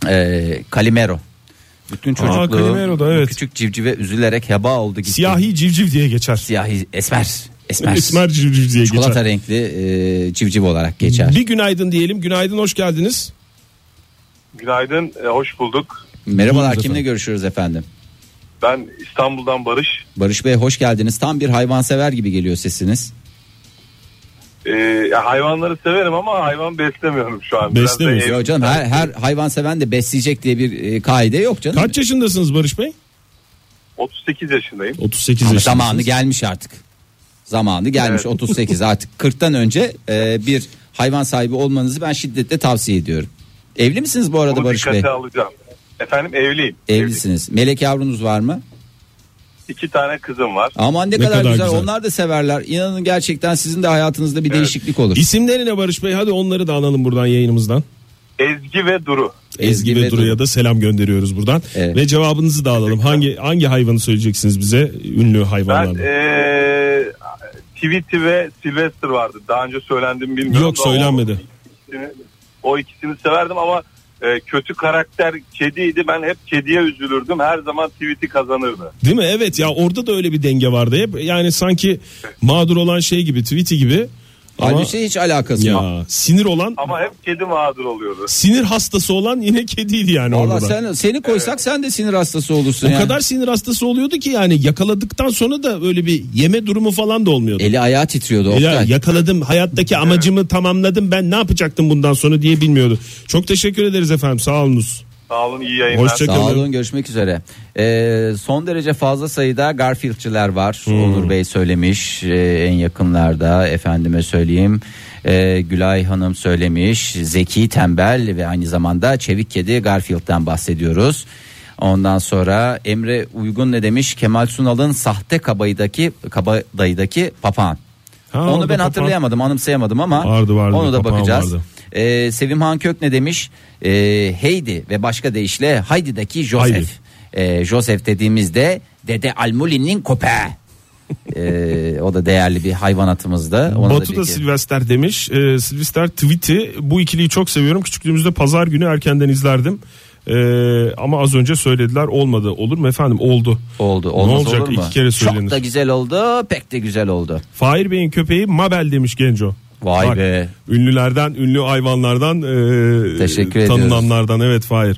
[SPEAKER 2] E, Kalimero. Bütün çocukluğu
[SPEAKER 3] Kalimero da, evet.
[SPEAKER 2] küçük civcive üzülerek heba oldu gitti.
[SPEAKER 3] Siyahi civciv diye geçer.
[SPEAKER 2] Siyahi esmer. Esmer.
[SPEAKER 3] Esmer civciv diye
[SPEAKER 2] Çikolata
[SPEAKER 3] geçer.
[SPEAKER 2] renkli e, civciv olarak geçer.
[SPEAKER 3] Bir günaydın diyelim. Günaydın hoş geldiniz.
[SPEAKER 10] Günaydın, e, hoş bulduk.
[SPEAKER 2] Merhabalar
[SPEAKER 3] Buyurunuz
[SPEAKER 2] kimle
[SPEAKER 3] efendim.
[SPEAKER 2] görüşüyoruz efendim?
[SPEAKER 10] Ben İstanbul'dan Barış.
[SPEAKER 2] Barış Bey hoş geldiniz. Tam bir hayvansever gibi geliyor sesiniz.
[SPEAKER 10] E, ya hayvanları severim ama hayvan beslemiyorum şu an.
[SPEAKER 3] Beslemiyorsun.
[SPEAKER 10] da ev-
[SPEAKER 2] Yok canım her, her hayvanseven de besleyecek diye bir e, kaide yok canım.
[SPEAKER 3] Kaç yaşındasınız Barış Bey?
[SPEAKER 10] 38 yaşındayım.
[SPEAKER 3] 38
[SPEAKER 2] Ama
[SPEAKER 3] yaşındasınız.
[SPEAKER 2] zamanı gelmiş artık. Zamanı gelmiş 38 artık 40'tan önce e, bir hayvan sahibi olmanızı ben şiddetle tavsiye ediyorum. Evli misiniz bu arada
[SPEAKER 10] Bunu
[SPEAKER 2] Barış
[SPEAKER 10] dikkate
[SPEAKER 2] Bey?
[SPEAKER 10] alacağım. Efendim evliyim. Evliyim.
[SPEAKER 2] Evlisiniz. Melek yavrunuz var mı?
[SPEAKER 10] İki tane kızım var.
[SPEAKER 2] Aman ne,
[SPEAKER 3] Ne
[SPEAKER 2] kadar,
[SPEAKER 3] kadar
[SPEAKER 2] güzel.
[SPEAKER 3] güzel.
[SPEAKER 2] Onlar da severler. İnanın gerçekten sizin de hayatınızda bir değişiklik olur.
[SPEAKER 3] İsimleri ne Barış Bey? Hadi onları da analım buradan yayınımızdan.
[SPEAKER 10] Ezgi ve Duru.
[SPEAKER 3] Ezgi,
[SPEAKER 2] Ezgi ve
[SPEAKER 3] ve
[SPEAKER 2] Duru.
[SPEAKER 3] Duru'ya da selam gönderiyoruz buradan.
[SPEAKER 2] Evet.
[SPEAKER 3] Ve cevabınızı da alalım. Hangi hangi hayvanı söyleyeceksiniz bize ünlü
[SPEAKER 10] Ben
[SPEAKER 3] hayvanlardan?
[SPEAKER 10] e, Tweety ve Sylvester vardı. Daha önce söylendi mi bilmiyorum.
[SPEAKER 3] Yok
[SPEAKER 10] da
[SPEAKER 3] söylenmedi.
[SPEAKER 10] O ikisini, o ikisini severdim ama e, kötü karakter kediydi. Ben hep kediye üzülürdüm. Her zaman Tweety kazanırdı.
[SPEAKER 3] Değil mi? Evet ya orada da öyle bir denge vardı hep. Yani sanki mağdur olan şey gibi, Tweety gibi. Ama
[SPEAKER 2] Halbuki şey- hiç alakası yok.
[SPEAKER 3] ya sinir olan,
[SPEAKER 10] Ama hep kedi mağdur oluyordu.
[SPEAKER 3] sinir hastası olan yine kediydi yani
[SPEAKER 2] Valla
[SPEAKER 3] orada. da.
[SPEAKER 2] sen seni koysak sen de sinir hastası olursun.
[SPEAKER 3] O
[SPEAKER 2] yani.
[SPEAKER 3] kadar sinir hastası oluyordu ki yani yakaladıktan sonra da öyle bir yeme durumu falan da olmuyordu.
[SPEAKER 2] eli ayağı titriyordu
[SPEAKER 3] Ya
[SPEAKER 2] Oktay.
[SPEAKER 3] yakaladım hayattaki amacımı tamamladım ben ne yapacaktım bundan sonra diye bilmiyordu. Çok teşekkür ederiz efendim sağ olunuz.
[SPEAKER 10] Sağ olun iyi yayınlar.
[SPEAKER 3] Hoşça-
[SPEAKER 2] Sağ olun görüşmek üzere. Ee, son derece fazla sayıda Garfieldçiler var.
[SPEAKER 3] Hmm.
[SPEAKER 2] Onur Bey söylemiş ee, en yakınlarda efendime söyleyeyim. Ee, Gülay Hanım söylemiş. Zeki Tembel ve aynı zamanda Çevik Kedi Garfield'den bahsediyoruz. Ondan sonra Emre Uygun ne demiş? Kemal Sunal'ın sahte kabayıdaki kabadayıdaki papağan.
[SPEAKER 3] Ha,
[SPEAKER 2] Onu ben
[SPEAKER 3] orada papağan-
[SPEAKER 2] hatırlayamadım, anımsayamadım ama
[SPEAKER 3] Vardı, vardı,
[SPEAKER 2] onu da
[SPEAKER 3] papağan
[SPEAKER 2] bakacağız.
[SPEAKER 3] vardı.
[SPEAKER 2] Ee, Sevim Han Kök ne demiş? Ee, Heidi ve başka deyişle Heidi'deki
[SPEAKER 3] Haydi.
[SPEAKER 2] Joseph. Ee, Joseph dediğimizde Dede Almulin'in köpeği. Ee, o da değerli bir hayvanatımızda. Ona da
[SPEAKER 3] Batu da
[SPEAKER 2] bir-
[SPEAKER 3] Silvester demiş. Ee, Silvester tweet'i bu ikiliyi çok seviyorum. Küçüklüğümüzde pazar günü erkenden izlerdim. Ee, ama az önce söylediler olmadı. Olur mu efendim? Oldu.
[SPEAKER 2] oldu.
[SPEAKER 3] ne
[SPEAKER 2] Olmaz
[SPEAKER 3] olacak
[SPEAKER 2] olur mu?
[SPEAKER 3] iki kere
[SPEAKER 2] Çok
[SPEAKER 3] söylenir.
[SPEAKER 2] da güzel oldu, pek de güzel oldu.
[SPEAKER 3] Fahir Bey'in köpeği Mabel demiş Genco.
[SPEAKER 2] Vay be.
[SPEAKER 3] Ünlülerden, ünlü hayvanlardan e,
[SPEAKER 2] Teşekkür ediyoruz.
[SPEAKER 3] tanınanlardan evet Fahir.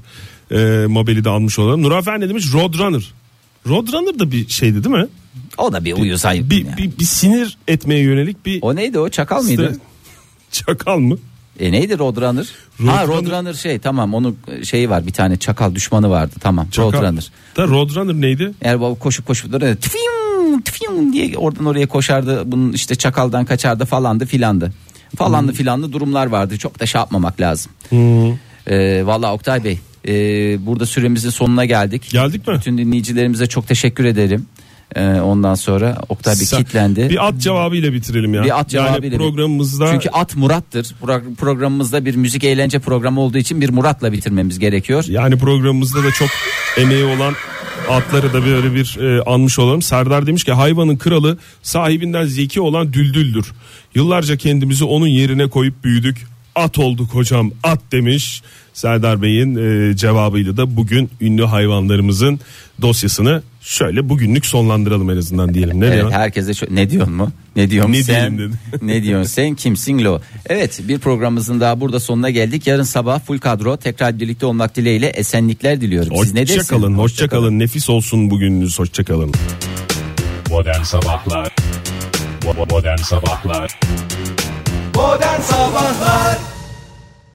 [SPEAKER 3] E, Mabel'i de almış olalım. Nurafer ne demiş? Roadrunner. Roadrunner da bir şeydi değil mi?
[SPEAKER 2] O da bir uyuz ayıp.
[SPEAKER 3] Bir,
[SPEAKER 2] yani.
[SPEAKER 3] bir, bir sinir etmeye yönelik bir...
[SPEAKER 2] O neydi o? Çakal mıydı?
[SPEAKER 3] Çakal mı?
[SPEAKER 2] E neydi Roadrunner? Ha
[SPEAKER 3] Roadrunner-
[SPEAKER 2] Roadrunner şey tamam onun şeyi var bir tane çakal düşmanı vardı tamam
[SPEAKER 3] Çakal.
[SPEAKER 2] Roadrunner.
[SPEAKER 3] Da Roadrunner neydi?
[SPEAKER 2] Eğer baba koşup koşup durur tıfim tıfim diye oradan oraya koşardı bunun işte çakaldan kaçardı falandı filandı. Falandı
[SPEAKER 3] Hmm.
[SPEAKER 2] filandı durumlar vardı çok da şey yapmamak lazım. Ee, Valla Oktay Bey e, burada süremizin sonuna geldik.
[SPEAKER 3] Geldik mi?
[SPEAKER 2] Bütün dinleyicilerimize çok teşekkür ederim. Ee, ondan sonra Oktay Bey
[SPEAKER 3] Sen-
[SPEAKER 2] kitlendi.
[SPEAKER 3] Bir at cevabıyla bitirelim ya.
[SPEAKER 2] Bir at cevabıyla
[SPEAKER 3] yani
[SPEAKER 2] bir-
[SPEAKER 3] programımızda
[SPEAKER 2] Çünkü at Murat'tır. Pro- Programımızda bir müzik eğlence programı olduğu için bir Murat'la bitirmemiz gerekiyor.
[SPEAKER 3] yani programımızda da çok emeği olan atları da böyle bir e, anmış olalım. Serdar demiş ki hayvanın kralı sahibinden zeki olan düldüldür. Yıllarca kendimizi onun yerine koyup büyüdük. At olduk hocam at demiş. Serdar Bey'in e, cevabıyla da bugün ünlü hayvanlarımızın dosyasını şöyle bugünlük sonlandıralım en azından diyelim. Ne
[SPEAKER 2] Evet,
[SPEAKER 3] diyorsun?
[SPEAKER 2] herkese şö- ne diyorsun mu? Ne diyorsun
[SPEAKER 3] Ne
[SPEAKER 2] sen?
[SPEAKER 3] diyeyim
[SPEAKER 2] ne diyorsun sen? Kimsin lo? Evet bir programımızın daha burada sonuna geldik. Yarın sabah full kadro tekrar birlikte olmak dileğiyle esenlikler diliyorum. Siz ne
[SPEAKER 3] Hoşça
[SPEAKER 2] dersiniz?
[SPEAKER 3] kalın, hoşça kalın. Nefis olsun bugününüz. Hoşça kalın.
[SPEAKER 11] Modern Sabahlar Bo- bo- Modern Sabahlar
[SPEAKER 12] Modern Sabahlar